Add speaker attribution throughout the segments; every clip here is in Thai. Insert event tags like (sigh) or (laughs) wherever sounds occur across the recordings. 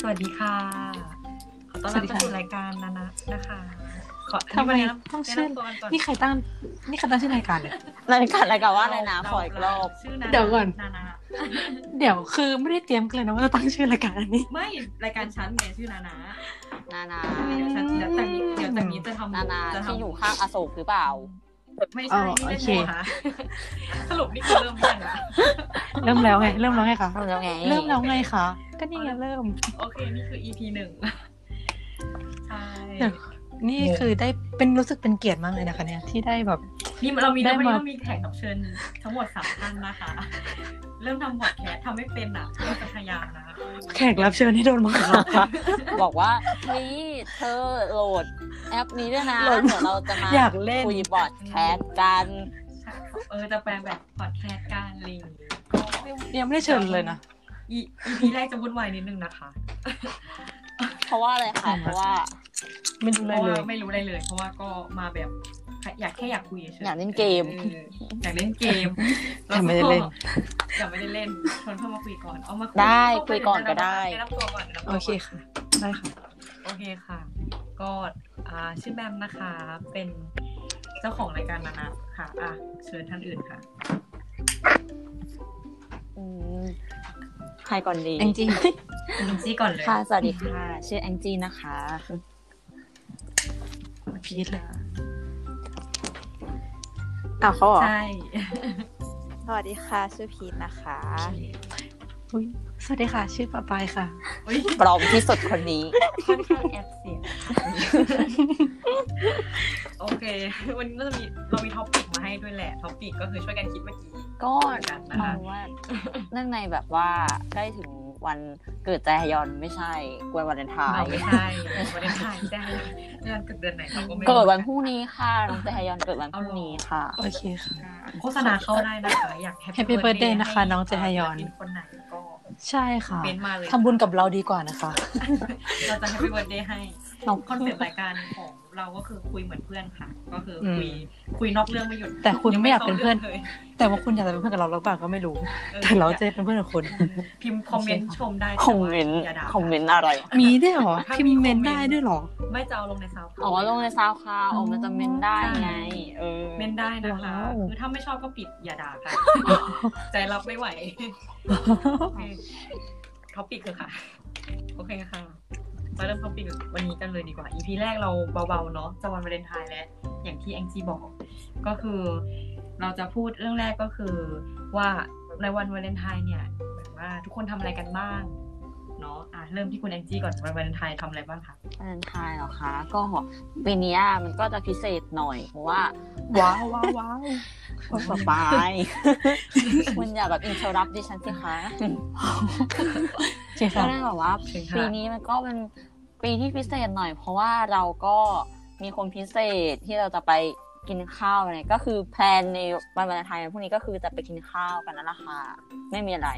Speaker 1: สวัสดีค่ะ ขอต้อน
Speaker 2: สวั
Speaker 1: รับ
Speaker 2: สดี
Speaker 1: เข้า
Speaker 2: ค่ะ
Speaker 1: สู่รายการนะนะนะคะ ขอ
Speaker 2: ทำไม
Speaker 1: แนะนำ
Speaker 2: ต้องชื่อ
Speaker 1: แนะนำตัวกันก่อน
Speaker 2: นี่ใครตั้งนี่ใครตั้งชื่อรายการเนี่ย
Speaker 3: รายการรายการว่าอะไรนะขออีกรอบ
Speaker 1: ชื่อนะ
Speaker 2: เดี๋ยวก่อน
Speaker 1: นานา
Speaker 2: เดี๋ยวคือไม่ได้เตรียมกันเลยนะว่าจะตั้งชื่อรายการอัน (laughs) นี้
Speaker 1: ไม่รายการฉันไงชื่อนานา
Speaker 3: นานา
Speaker 1: เดี๋ยวฉันเดี๋ยวจากนี้เดี๋ยวจากนี้จะทำ
Speaker 3: นานา
Speaker 1: จะ
Speaker 3: ที่
Speaker 1: ทำ
Speaker 3: อยู่ข้างอโศกหรือเปล่า
Speaker 1: ไม่ใช่
Speaker 2: อ๋อ
Speaker 1: นี่เล่น
Speaker 2: โอเค
Speaker 1: โมหะสรุปนี่คือเริ่มยังอะ
Speaker 2: (laughs) เริ่มแล้วไงเริ่มแล้วไงคะ
Speaker 3: เริ่มแล้วไง
Speaker 2: เริ่มแล้วไงคะก็นี่ไงเริ่ม
Speaker 1: โอเคนี่คือ EP หนึ่งใช่
Speaker 2: เดี๋ยวนี่คือได้เป็นรู้สึกเป็นเกียรติมากเลยนะคะ เนี่ยที่ได้แบบ
Speaker 1: นี่เรามี
Speaker 2: ได้
Speaker 1: เรามี
Speaker 2: มา
Speaker 1: เรามีแขกรับเชิญทั้งหมดสามท่านนะคะ เริ่มทำพอดแคสต์ทำไม่เป็นอ่ะก็จะพยายามนะ
Speaker 2: แขกรับเชิญที่โดนบังคับ
Speaker 3: บอกว่าเฮ้ยเธอโหลดแอปนี้ด้วยนะ
Speaker 2: โหลด
Speaker 3: เดี๋ยวเราจะมา
Speaker 2: อยากเล่น
Speaker 3: คุยบอดแคสต์กัน
Speaker 1: ใช่ค่ะเออจะแปลแบบพอดแคสต์การลิง
Speaker 2: (laughs) ยังไม่ได้เชิญเลยนะ
Speaker 1: อีพีแรกจะวุ่นวายนิดนึงนะคะ
Speaker 3: เพราะว่าอะไรคะเพราะว่า
Speaker 2: ไม่รู้
Speaker 1: เพ
Speaker 2: อะไร
Speaker 1: ราะ
Speaker 2: เล
Speaker 1: ว่าย ไม่รู้อะไรเลย เพราะว่าก็มาแบบอยากแค่อยากคุยเฉย
Speaker 3: อ
Speaker 1: ๆ
Speaker 3: ยากเล่นเกม
Speaker 1: อออยากเล่นเก
Speaker 3: (laughs)
Speaker 1: ม
Speaker 2: แต่ไม่ได้เล่น
Speaker 1: แต่ไม่ได้เล่นชวนเพื่อนมาคุยก่อนเอามา
Speaker 3: ได้คุยก่อนก็ได้
Speaker 1: แนะนำตัวก่อนแนะนำตัวก่น
Speaker 2: โอเคค่ะ ได้ค่ะ
Speaker 1: โอเคค่ะ ก็อ่าชื่อแบมนะคะ เป็นเจ้าของรายการนานะค่ะอ่ะเชิญท่านอื่นค่ะ
Speaker 3: อืมใครก่อนดี
Speaker 2: แองจี้
Speaker 1: คุณลุงจี้ก่อนเลย
Speaker 3: ค่ะสวัสดีค่ะ ชื่อแองจี้นะคะ
Speaker 2: พีทเลย
Speaker 3: อ้าวเขาเหรอ
Speaker 1: ใช่
Speaker 4: สวัสดีค่ะ ชื่อพีทนะคะ
Speaker 2: อุ๊ยสวัสดีค่ะ ชื่อปะปายค่ะ
Speaker 1: อุ๊ย
Speaker 3: ปลอมที่สุดคนนี้
Speaker 1: ค่อนข้างแอบเสียงโอเค วันนี้ก็จะมีเรามีท็อปิกมาให้ด้วยแหละ ท็อปิกก็คือช่วยกันคิดเมื่อกี้
Speaker 3: ก็
Speaker 1: ก่อนกันนะ
Speaker 3: มอ
Speaker 1: คะ
Speaker 3: งว่า (laughs) เนื่องในแบบว่าใกล้ถึงวันเกิดใจฮยอนไม่ใช่กวนวาเลนไท
Speaker 1: เรา
Speaker 3: น์
Speaker 1: ไม่ใช่วันนี้ใช่ได้เดือนเกิดเดือนไหนเราก็ไม่รู้
Speaker 3: เกิดวันพรุ่งนี้ค่ะน้องเตฮยอนเกิดวันพรุ่งนี้ค่ะ
Speaker 2: โอเคค่ะ
Speaker 1: โฆษณาเข้าได้นะคะ อยาก Happy
Speaker 2: Happy
Speaker 1: Birthday
Speaker 2: Birthday นะคะ
Speaker 1: ให้
Speaker 2: น้องเจฮยอน
Speaker 1: ศิลปิคนไหนก็
Speaker 2: ใช่ค่ะ
Speaker 1: เป็นมาเลย
Speaker 2: ทำบุญกับเราดีกว่านะคะ
Speaker 1: เราจะ Happy Birthday ให้
Speaker 2: น้อง
Speaker 1: คอนเซ็ปต์รายการของเราก็คือคุยเหมือนเพื่อนค่ะ ก็คือคุยคุยนอกเรื่องไม่หยุด
Speaker 2: แต่คุณไม่อยากเป็นเพื่อน
Speaker 1: งไม่ข้ารื่งลย
Speaker 2: แต่ว่าคุณอยากจะเป็นเพื่อนกับเราหรือเปล่าก็ไม่รู้ แต่เราจะเป็นเพื่อนกับคุณ
Speaker 1: พิมพ์คอมเมนต์ชมได้
Speaker 3: คอมเมนต์
Speaker 1: แต่ว่าอย่าด่า
Speaker 3: คอมเมนต์อะไร
Speaker 2: มีด้วยเหรอพิมพ์เมนต์ได้ด้วยเหรอ
Speaker 1: ไม่จะเอาลงในซาวด์
Speaker 3: อ๋อลงในซาวคลาวออกมาจะเมนได้ไง เออ
Speaker 1: เมนได้นะคะ
Speaker 2: ว้าว
Speaker 1: คือถ้าไม่ชอบก็ปิดอย่าด่า
Speaker 2: (laughs)
Speaker 1: ค่ะ ใจรับไม่ไหวท็อปิกเลยค่ะ โอเคค่ะมาเริ่มท็อปิกวันนี้กันเลยดีกว่า EP แรกเราเบาๆเนาะจะวันวาเลนไทน์แล้ว อย่างที่แองจีบอก ก็คือ เราจะพูดเรื่องแรกก็คือว่าในวันวาเลนไทน์เนี่ยแบบว่าทุกคนทำอะไรกันบ้างเนาะอ่ะเริ่มที่คุณแองจีก่อนวันวาเลนไทน์ทำอะไรบ้างคะ
Speaker 3: วาเลนไทน์เหรอคะ ก็ปีเนี้ยมันก็จะพิเศษหน่อย เพราะว่า
Speaker 2: ว้าวว้าวว้าว
Speaker 3: คนสบาย
Speaker 1: (laughs)
Speaker 3: คุณอย่าแบบอินเทอร์รับดิฉันสิคะ
Speaker 2: ใช่
Speaker 3: ก็
Speaker 2: ค่ะ
Speaker 3: ได้แบบว่า
Speaker 1: เชิญค่ะ
Speaker 3: ปีนี้มันก็เป็นปีที่พิเศษหน่อย เพราะว่าเราก็มีคนพิเศษที่เราจะไปกินข้าวเนี่ยก็คือแพลนในวันวาเลนไทน์พวกนี้ก็คือจะไปกินข้าวกันนั่นแหละค่ะไม่มีอะไร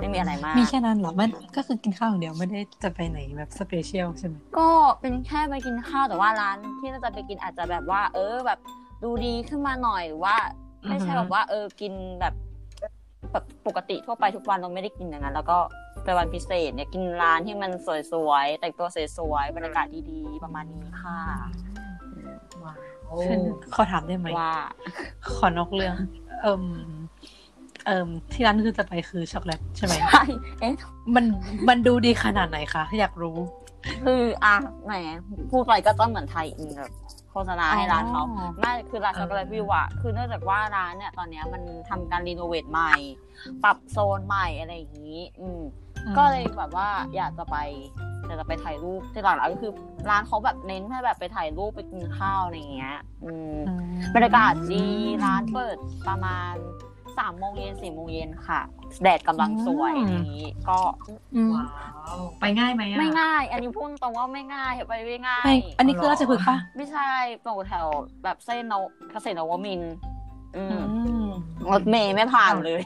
Speaker 3: ไม่มีอะไรมาก
Speaker 2: มีแค่นั้นเหรอมันก็คือกินข้าวอย่างเดียวไม่ได้จะไปไหนแบบสเปเชียลใช่ไหม
Speaker 3: ก็เป็นแค่ไปกินข้าวแต่ว่าร้านที่เราจะไปกินอาจจะแบบว่า เออแบบดูดีขึ้นมาหน่อยหรือว่า ไม่ใช่
Speaker 2: อือฮึ
Speaker 3: แบบว่าเออกินแบบแบบปกติทั่วไปทุกวันเราไม่ได้กินอย่างนั้น แล้วก็เป็นวันพิเศษเนี่ยกินร้านที่มันสวยๆแต่งตัวสวยๆบรรยากาศดีๆประมาณนี้ค่ะ
Speaker 1: ว้าว
Speaker 2: ฉันขอถามได้ไหม
Speaker 3: ว่า
Speaker 2: ขอนอกเรื่อง เอิมเอิมที่ร้านคือจะไปคือช็อกโกแลตใช่ไหม
Speaker 3: ใช่เอ๊ะ
Speaker 2: มันมันดูดีขนาดไหนคะอยากรู้
Speaker 3: (laughs) คืออ่ะแหมพูดไปก็ต้องเหมือนไทยอีกแบบโฆษณาให้ร้านเขา
Speaker 2: อ๋อ
Speaker 3: ไม่คือร้านช็อกโกแลตวิวอะคือเนื่องจากว่าร้านเนี่ยตอนเนี้ยมันทำการรีโนเวทใหม่ ปรับโซนใหม่อะไรอย่างนี้ อืม ก็เลยแบบว่าอยากจะไปอยากจะไปถ่ายรูปที่หลังร้านก็คือร้านเขาแบบเน้นให้แบบไปถ่ายรูปไปกินข้าวอะไรอย่างเงี้ย อืม
Speaker 2: อืม
Speaker 3: บรรยากาศดีร้านเปิดประมาณสามโมงเย็นสี่โมงเย็นค่ะ แดดกำลังสวยอะไรอย่างนี้ ก็
Speaker 2: อืม
Speaker 1: ว้าว ไปง่ายไหมอะ
Speaker 3: ไม่ง่าย อันนี้พูดตรงว่าไม่ง่ายไปไม่ง่าย
Speaker 2: ไม่อันนี้คือ
Speaker 1: เอาหรอ
Speaker 2: เราจะพึกษ์ปะ
Speaker 3: ไม่ใช่ตรงแถวแบบเส้นนวเกษตรนวมินทร์อืม
Speaker 2: อืม
Speaker 3: รถเมย์ไม่ผ่านเลย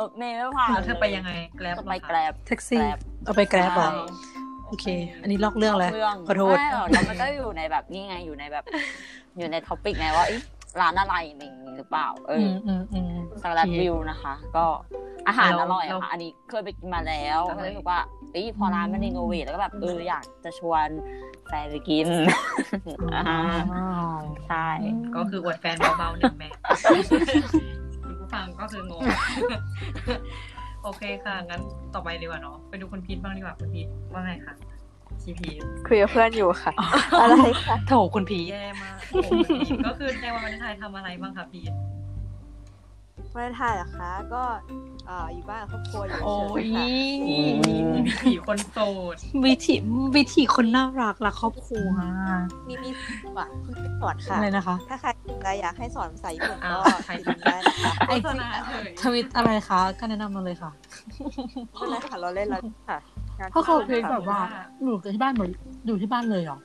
Speaker 3: รถเมย์ไม่ผ่าน
Speaker 1: แล้วเธอไปยังไง แกล็บ
Speaker 3: จะไปแกร็บ
Speaker 2: แท็กซี่
Speaker 3: Grab
Speaker 2: เอาไปแกร็บเหรอ
Speaker 3: ใช่
Speaker 2: โอเค อันนี้ลอกเรื่องแล้ว
Speaker 3: เรื่อง
Speaker 2: ขอโทษ
Speaker 3: ไม่หรอกแล้วมันก็อยู่ในแบบนี่ไงอยู่ในแบบ อยู่ในท็อปิกไงว่าเอ๊ะร้านอะไรอะไรอย่างนี้หรือเปล่า เออ
Speaker 2: มอืมอืม
Speaker 3: สลัดวิวนะคะ ก็ อาหารอร่อย
Speaker 1: เรา
Speaker 3: อะค่ะ อันนี้เคยไปกินมาแล้ว
Speaker 1: อร่อย
Speaker 3: ก็เลยรู้สึกว่าเอ้ยพอร้านมันรีโนเวทแล้วก็แบบเอออยากจะชวนแฟนไปกินอ่าใช่
Speaker 1: ก็คืออวดแฟนเบาๆหนึ่งแม่คุณผู้ฟังก็คืองง (laughs) โอเคค่ะ งั้นต่อไปดีกว่าเนาะไปดูคุณพีทบ้างดีกว่าคุณพีทว่าไงคะชีพีท
Speaker 4: คุยกับเพื่อนอยู่ค่ะ อะไรคะ
Speaker 2: โถคุณพี
Speaker 1: แย่มากโอ้โหพีทก็คือในวันวาเลนไทน์ทำอะไรบ้างคะพีท
Speaker 4: ไม่ได้ถ่ายเหรอคะก็เอ่ออยู่บ้านกับครอบครัวอยู่
Speaker 2: โอ้
Speaker 4: เฉย
Speaker 2: ย
Speaker 4: ๆค่ะ
Speaker 3: ม
Speaker 1: วิถีคนโสด
Speaker 2: วิธีวิธีคนน่ารักรักครอบครัว
Speaker 4: มีมีว่ะคุณสอนค่ะ
Speaker 2: อะไรนะคะ
Speaker 4: ถ้าใครสนใจอยากให้สอนภาษาญี่ปุ่น
Speaker 1: อ้าว
Speaker 4: ก็
Speaker 1: ใคร
Speaker 4: ติดต่อได้นะคะ
Speaker 1: โฆษณาเฉย
Speaker 2: ทวิตอะไรคะก็แนะนำมาเลยค่ะ
Speaker 4: ไม่เป็นไรค่ะเราเล่นแล้วค่ะงน
Speaker 2: เพราะเขาเพลง
Speaker 4: ค่ะ
Speaker 2: แบบว่าอยู่กับที่บ้านเหมือนอยู่ที่บ้านเลยเหรอ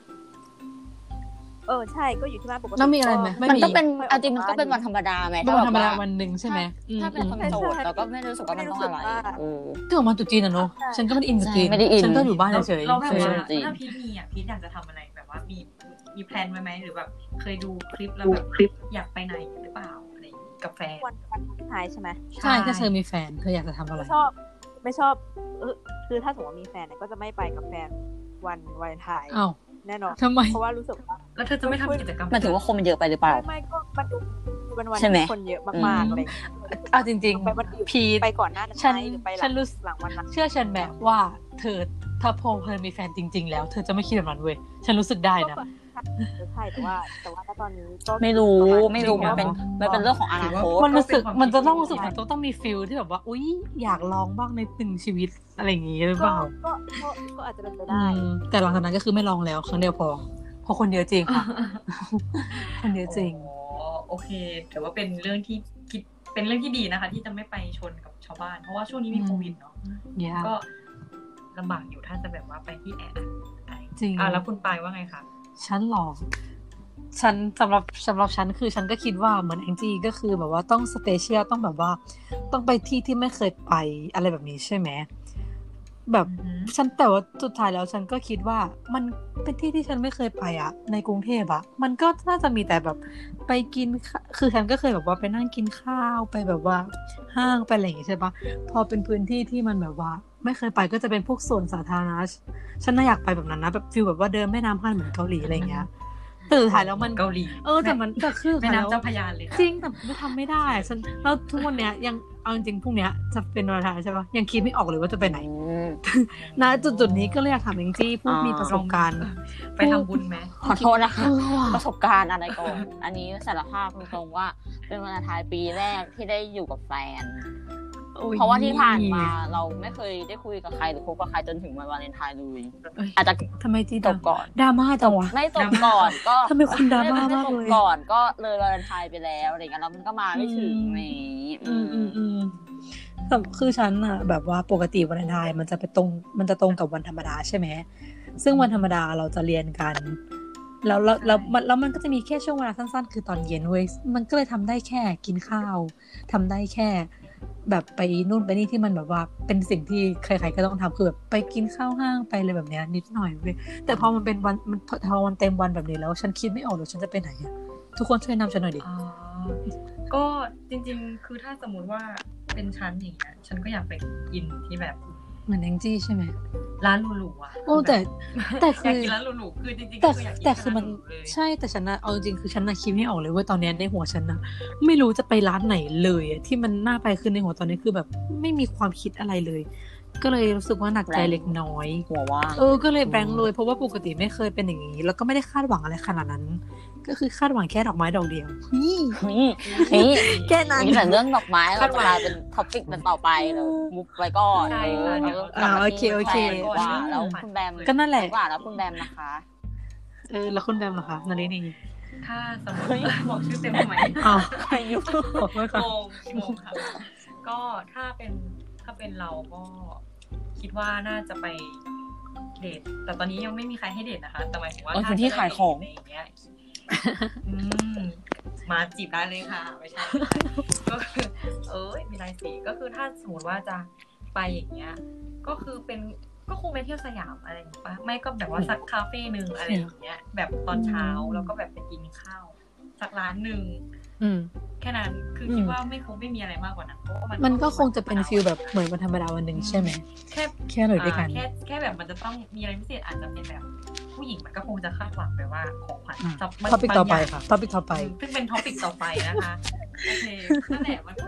Speaker 4: เออใช่ก็อยู่ที่บ้านปกติ
Speaker 2: แล้วมีอะไรไหม
Speaker 4: ก็
Speaker 3: มันก็เป็น
Speaker 4: ไม่มี
Speaker 3: อาจริงมันก็เป็นวันธรรมดาไหม
Speaker 2: ก็วันธรรมดา
Speaker 3: แบบ
Speaker 2: วันหนึ่งใช่ไหมอืม
Speaker 3: ถ้าเป็นคนโสด
Speaker 4: ใช่
Speaker 3: เราก็ไม่รู้สึกว่ามันต้องอะไร
Speaker 4: ไม่รู้สึกว่า
Speaker 3: เออ
Speaker 2: ที่ออกมาจุดจีนอะเนาะ
Speaker 4: ใช่
Speaker 2: ฉันก็ไม่ได้อินจุดจีน
Speaker 3: ใช่ไม่ได้อิน
Speaker 2: ฉันก็อยู่บ้านเฉย
Speaker 1: เราแบบว่า
Speaker 2: ๆ
Speaker 3: จริง
Speaker 1: ถ้าพีทมีอ่ะพีทอยากจะทำอะไรแบบว่ามีมีแพลนไว้ไหมหรือแบบเคยดูคลิปแล้วแบบคลิปอยากไปไหนหรือเปล่าอะไรอย่างงี้กับแฟน
Speaker 4: วันวันวันท้ายใช่ไหม
Speaker 2: ใช่ถ้าเธอมีแฟนเธออยากจะทำอะไร
Speaker 4: ไม่ชอบ ไม่ชอบเออคือถ้าสมมติว่ามีแฟนเนี่ยก็จะไม่ไปกับแฟนวันวันไทาย
Speaker 2: อ้าว
Speaker 4: แน่นอน
Speaker 2: ทำไม
Speaker 4: เพราะว่ารู้สึกว่า
Speaker 1: แล้วเธอจะไม่ทำกิจกรรม
Speaker 3: มันถือว่าคนมันเยอะไปหรือเปล่า
Speaker 4: ไม่ไม่ก็มันดูเป็นวัน
Speaker 3: ใช่ไหม
Speaker 4: ที่คนเยอะมาก
Speaker 3: อืม
Speaker 4: ๆอะไรอย่างเงี้ย
Speaker 2: เอาจริง
Speaker 4: ไปวันอื่น
Speaker 2: ๆ พีท
Speaker 4: ไปก่อนหน้านั้น
Speaker 2: ฉัน
Speaker 4: ไหมหรือไปห
Speaker 2: ฉั
Speaker 4: ลั
Speaker 2: น
Speaker 4: ง
Speaker 2: รู้สึก
Speaker 4: หลังวันนั้น
Speaker 2: เชื่อฉันแบบว่าเธอถ้าพงเธอมีแฟนจริง ๆ แล้ว เธอจะไม่คิดแบบนั้นเว้ยฉันรู้สึกได้นะ
Speaker 4: ใช่แต่ว่า แต่ว่าณตอนนี้ก็
Speaker 3: ไม่รู้
Speaker 4: ปะาณ
Speaker 3: ไม่รู้
Speaker 2: จริง
Speaker 3: มัน
Speaker 2: เหรอ
Speaker 3: เป็นมันเป็นเรื่องของอนาคต
Speaker 2: มันรู้สึกมันจะต้องรู้สึกมันต้องมีฟิลที่แบบว่าอุ๊ยอยากลองบ้างในหนึ่งชีวิตอะไรอย่างนี้หรือเป
Speaker 4: ก็
Speaker 2: ล่า
Speaker 4: ก็ก็ก็อาจจะเป็นไป
Speaker 2: อื
Speaker 4: ได้
Speaker 2: มแต่หลังจากนั้นก็คือไม่ลองแล้วครั้งเดียวพอเพราะคนเยอะ
Speaker 1: (laughs)
Speaker 2: จริงค่ะ คนเยอะจริง
Speaker 1: โอ้โอเคถือว่าเป็นเรื่องที่คิดเป็นเรื่องที่ดีนะคะ ที่จะไม่ไปชนกับชาวบ้าน เพราะว่าช่วงนี้มี
Speaker 2: อืม
Speaker 1: โควิดเนาะ
Speaker 2: เนี่ย
Speaker 1: ก็ลำบากอยู่ถ้าจะแบบว่าไปที่แออัดอะไร
Speaker 2: จริง
Speaker 1: อ่ะแล้วคุณปายว่าไงคะ
Speaker 2: ฉันหรอฉันสำหรับสำหรับฉันคือฉันก็คิดว่าเหมือนแองจี้ก็คือแบบว่าต้องสเปเชียลต้องแบบว่า ต้องไปที่ที่ไม่เคยไปอะไรแบบนี้ใช่ไหมแบบ
Speaker 1: อือฮึ
Speaker 2: ฉันแต่ว่าสุดท้ายแล้วฉันก็คิดว่ามันเป็นที่ที่ฉันไม่เคยไปอะในกรุงเทพอะมันก็น่าจะมีแต่แบบไปกินข้าคือฉันก็เคยแบบว่าไปนั่งกินข้าวไปแบบว่า ห้างไปอะไรอย่างงี้ใช่ปะพอเป็นพื้นที่ที่มันแบบว่า ไม่เคยไปก็จะเป็นพวกสวนสาธารณะ ฉันน่าอยากไปแบบนั้นนะแบบฟิลแบบว่าเดินแม่น้ำผ่านเหมือนเกาหลีอะไรอย่างเงี้ยแต่สุดท้ายแล้วมัน
Speaker 1: เกาหลี
Speaker 2: เออแต่มันแต่คือ
Speaker 1: แม่
Speaker 2: สุดท้ยแล้ว
Speaker 1: น้ำเจ้าพระยาเลยค่ะ
Speaker 2: จริงแต่ไม่ทำไม่ได้ฉันแล้วทุกวันเนี้ยยังเอาจริงๆพรุ่งเนี้ยจะเป็นวันอาทิตย์ใช่ปะยังคิดไม่ออกเลยว่าจะไปไหน
Speaker 3: อืม
Speaker 2: นะจุดจุดๆนี้ก็เลยอยากถามจริงๆผู้
Speaker 3: อ๋อ
Speaker 2: มีประสบการณ์
Speaker 1: ไปทำบุญไหม
Speaker 3: ขอโทษนะคะ
Speaker 2: เออว่ะ
Speaker 3: ประสบการณ์อะไรก่อน อันนี้สารภาพตรงๆว่า เป็นวันท้ายปีแรกที่ได้อยู่กับแฟน เพราะว่าที่ผ่านมาเราไม่เคยได้คุยกับใครหรือคบกับใครจนถึงวันวาเลนไทน์เลย
Speaker 2: เอ้ย
Speaker 3: อาจจะ
Speaker 2: ทำไมจี
Speaker 3: ต
Speaker 2: ด
Speaker 3: บก่อน
Speaker 2: ดราม่าจังวะ
Speaker 3: ไม่ตบก่อนก็
Speaker 2: ทำไมคุณดราม่า
Speaker 3: ไไ
Speaker 2: มากเลย
Speaker 3: ตบก่อนก็เลยวาเลนไทน์ไปแล้วอะไรเงี้ยแล้วมันก็มาไม่ถึง
Speaker 2: อืม
Speaker 3: อะไรอย่างงี้
Speaker 2: อืมอืมอืมแต่คือฉันอะแบบว่าปกติวันอังคารมันจะไปตรงมันจะตรงกับวันธรรมดาใช่ไหมซึ่งวันธรรมดาเราจะเรียนกัน แล้วแล้วแล้วมันแล้วมันก็จะมีแค่ช่วงเวลาสั้นๆ คือตอนเย็นเว้ยมันก็เลยทำได้แค่กินข้าวทำได้แค่ แบบไปนู่นไปนี่ที่มันแบบว่าเป็นสิ่งที่ใครๆก็ต้องทำคือแบบไปกินข้าวห้างไปอะไรแบบเนี้ยนิดหน่อยเว้ยแต่พอมันเป็นวันมันพอมันเต็มวันแบบนี้แล้ว ฉันคิดไม่ออกเลยฉันจะไปไหนอะทุกคนช่วยนำฉันหน่อยดิ
Speaker 1: อ๋อก็จริง ๆ คือถ้าสมมติว่าเป็นชั้นอย่างเงี้ยฉันก็อยากไปกินที่แบบ
Speaker 2: เหมือนแองจี้ใช่ไหม
Speaker 1: ร้านหรูๆอ่ะ
Speaker 2: โอ้แต่ แต่คื
Speaker 1: ยาก
Speaker 2: ออ
Speaker 1: กินร้านหรูๆคือจริงๆ
Speaker 2: แต่
Speaker 1: ก็ยากกิ
Speaker 2: แต่คือมัน
Speaker 1: ร้าหรูๆเลย
Speaker 2: ใช่แต่ฉันนะเอาจริงคือฉันนะคิดไม่ออกเลยเว่าตอนเนี้ยในหัวฉันนะไม่รู้จะไปร้านไหนเลยอะที่มันน่าไปคือในหัวตอนนี้คือแบบไม่มีความคิดอะไรเลย ก็เลยรู้สึกว่าหนักใจเล็กน้อย
Speaker 3: หัวว่าง
Speaker 2: เออก็เลยแบงค์เลยเพราะว่าปกติไม่เคยเป็นอย่างนี้ แล้วก็ไม่ได้คาดหวังอะไรขนาดนั้น ก็คือคาดหวังแค่ดอกไม้ดอกเดียวนี่
Speaker 3: นี่นี่
Speaker 2: แค่นั้น
Speaker 3: นี่แต่เรื่องดอกไม้เรา
Speaker 1: คาดหวัง
Speaker 3: จะกลายเป็นท็อปิกเป็นต่อไปเลยมุกไว้ก่อน
Speaker 1: ใช่ค่ะ
Speaker 3: เอ
Speaker 1: เดี๋ยว
Speaker 3: กลับมาที่
Speaker 2: อ่าโอเค
Speaker 3: แบม
Speaker 2: โอเค
Speaker 3: ดีกว่าแล้วคุณแบม
Speaker 1: อืม
Speaker 2: ก็นั่นแหละ
Speaker 3: ดีกว่าแล้วคุณแบมนะคะ
Speaker 2: เออแล้วคุณแบมเหรอคะนารินี
Speaker 1: ถ้าสมมติบอกชื่อเต็มทำไม (laughs)
Speaker 2: อ้าว
Speaker 3: ใครอยู่
Speaker 2: ขอโทษค่ะ
Speaker 1: งงงงค่ะ ก็ถ้าเป็นถ้าเป็นเราก็คิดว่าน่าจะไปเดท แต่ตอนนี้ยังไม่มีใครให้เดทนะคะ แต่หมายถึงว่า
Speaker 3: โอ้ย
Speaker 1: ถ้
Speaker 3: คนที่ขายของ
Speaker 1: ะไรอย่างเงี้ยอืมมาจีบได้เลยค่ะ ไม่ใช่ (laughs) ก็คือเอ้ยมีลายสีก็คือถ้าสมมติว่าจะไปอย่างเงี้ย ก็คือเป็นก็คงไปเที่ยวสยามอะไรอย่างงี้ปะไม่ก็แบบว่าสักคาเฟ่หนึ่งอะไรอย่างเงี้ย แบบตอนเช้า
Speaker 2: อืม
Speaker 1: แล้วก็แบบไปกินข้าว สักร้านหนึ่ง
Speaker 2: อืม
Speaker 1: แค แค่นั้นคืออ
Speaker 2: ม
Speaker 1: คิดว่าไม่คงไม่มีอะไรมากกว่านั้นเพราะว่ามั
Speaker 2: มันก็คงจะเป็นฟิลแบบเหมือนวันธรรมดาวันหนึ่งใช่ไหม
Speaker 1: แค่
Speaker 2: แค่หน่อยด้วยกัน
Speaker 1: อ่าแค่แค่แบบมันจะต้องมีอะไรพิเศษอาจจะเป็นแบบ ผู้หญิงมันก็คงจะคาดหวังไปว่าของขวัญ
Speaker 2: อ่า
Speaker 1: จะมัน
Speaker 2: ท็อปิก
Speaker 1: บาง
Speaker 2: ต่อไป
Speaker 1: ย่าง
Speaker 2: ค่ะท็อปิกต่อไป
Speaker 1: อืมซึ่งเป็นท็อปิกต่อไปนะคะ โอเคนั่นแหละมันก็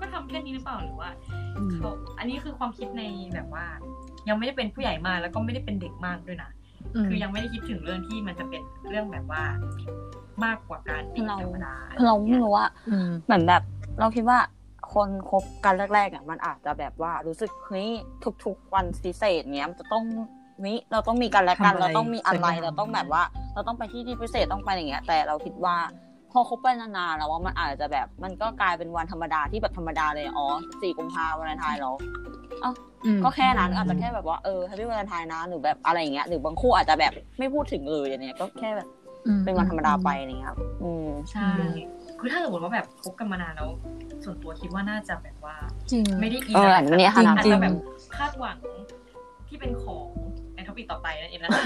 Speaker 1: ก็ทำแค่นี้หรือเปล่าหรือว่า
Speaker 2: อืม
Speaker 1: เขาอันนี้คือความคิดในแบบว่า ยังไม่ได้เป็นผู้ใหญ่มากแล้วก็ไม่ได้เป็นเด็กมากด้วยนะ คือยังไม่ได้คิดถึงเรื่องที่มันจะเป็นเรื่องแบบว่า มากกว่าการเป็นธรรมดา
Speaker 3: คือเราไม่รู้ว่า
Speaker 2: อืม
Speaker 3: เหมือนแบบเราคิดว่าคนคบกันแรกๆอ่ะมันอาจจะแบบว่ารู้สึกเฮ้ยทุกๆวันพิเศษเนี้ยมันจะต้องนี้เราต้องมีกันและกัน
Speaker 2: ทำอะไร
Speaker 3: เราต้องมีอะไร
Speaker 2: สวยงาม
Speaker 3: เราต้องแบบว่า เราต้องไปที่ที่พิเศษต้องไปอย่างเงี้ย แต่เราคิดว่าพอคบไปนานๆแล้วว่ามันอาจจะแบบมันก็กลายเป็นวันธรรมดาที่แบบธรรมดาเลยอ๋อสี่กุมภาวันวาเลนไทน์เหรอ ก็แค่นั้นอาจจะแค่แบบว่าเออแฮปปี้วันไทน์นะหรือแบบอะไรอย่างเงี้ยหรือบางคู่อาจจะแบบไม่พูดถึงเลยอย่างเงี้ยก็แค่แบบ
Speaker 2: อืม
Speaker 3: เป็นวันธรรมดาไปอะไรเงี้ยครับอืม
Speaker 1: ใช่ คือถ้าสมมติว่าแบบคบกันมานานแล้ว ส่วนตัวคิดว่าน่าจะแบบว่า
Speaker 2: จริง
Speaker 1: ไม่ได้อิน
Speaker 3: เออ
Speaker 1: อะไร
Speaker 3: อันนี้
Speaker 1: ขนาดนั้น
Speaker 3: ค่ะ
Speaker 1: อาจ
Speaker 2: จริง
Speaker 1: จะแบบคาดหวังที่เป็นของในท็อปิกต่อไปนั่นเอง
Speaker 3: (laughs)
Speaker 1: นะคะ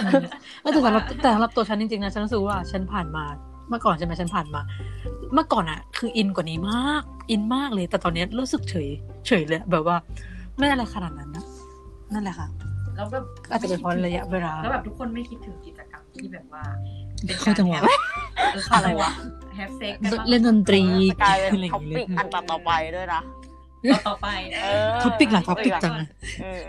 Speaker 2: เออแต่สำหรับแต่สำหรับตัวฉันจริงๆนะฉันรู้สึกว่าฉันผ่านมาเมื่อก่อนใช่ไหมฉันผ่านมา เมื่อก่อนอะคืออินกว่านี้มากอินมากเลย แต่ตอนเนี้ยรู้สึกเฉยเฉยเลยแบบว่าไม่อะไรขนาดนั้นนะนั่นแหละค่ะ
Speaker 1: แล้วแบบ
Speaker 2: อาจจะเป็นเพราะระยะเวลา
Speaker 1: แล้วแบบทุกคนไม่คิดถึงกิจกรรมที่แบบว่า
Speaker 2: เข้าจังหวะ
Speaker 1: อะไรวะแฮปเซ็กกับ้าง
Speaker 2: เล่นดนตรี
Speaker 3: จะกลายเป็น
Speaker 2: อะไรอ
Speaker 3: ท็อย่าง ป
Speaker 2: เงี้ยเลย
Speaker 3: ปิกอันต่อๆไปด้วยนะ
Speaker 1: เอาต่อไป
Speaker 3: เออ
Speaker 2: ท็อปิกหลักท็อปิกจังอะ
Speaker 3: เออ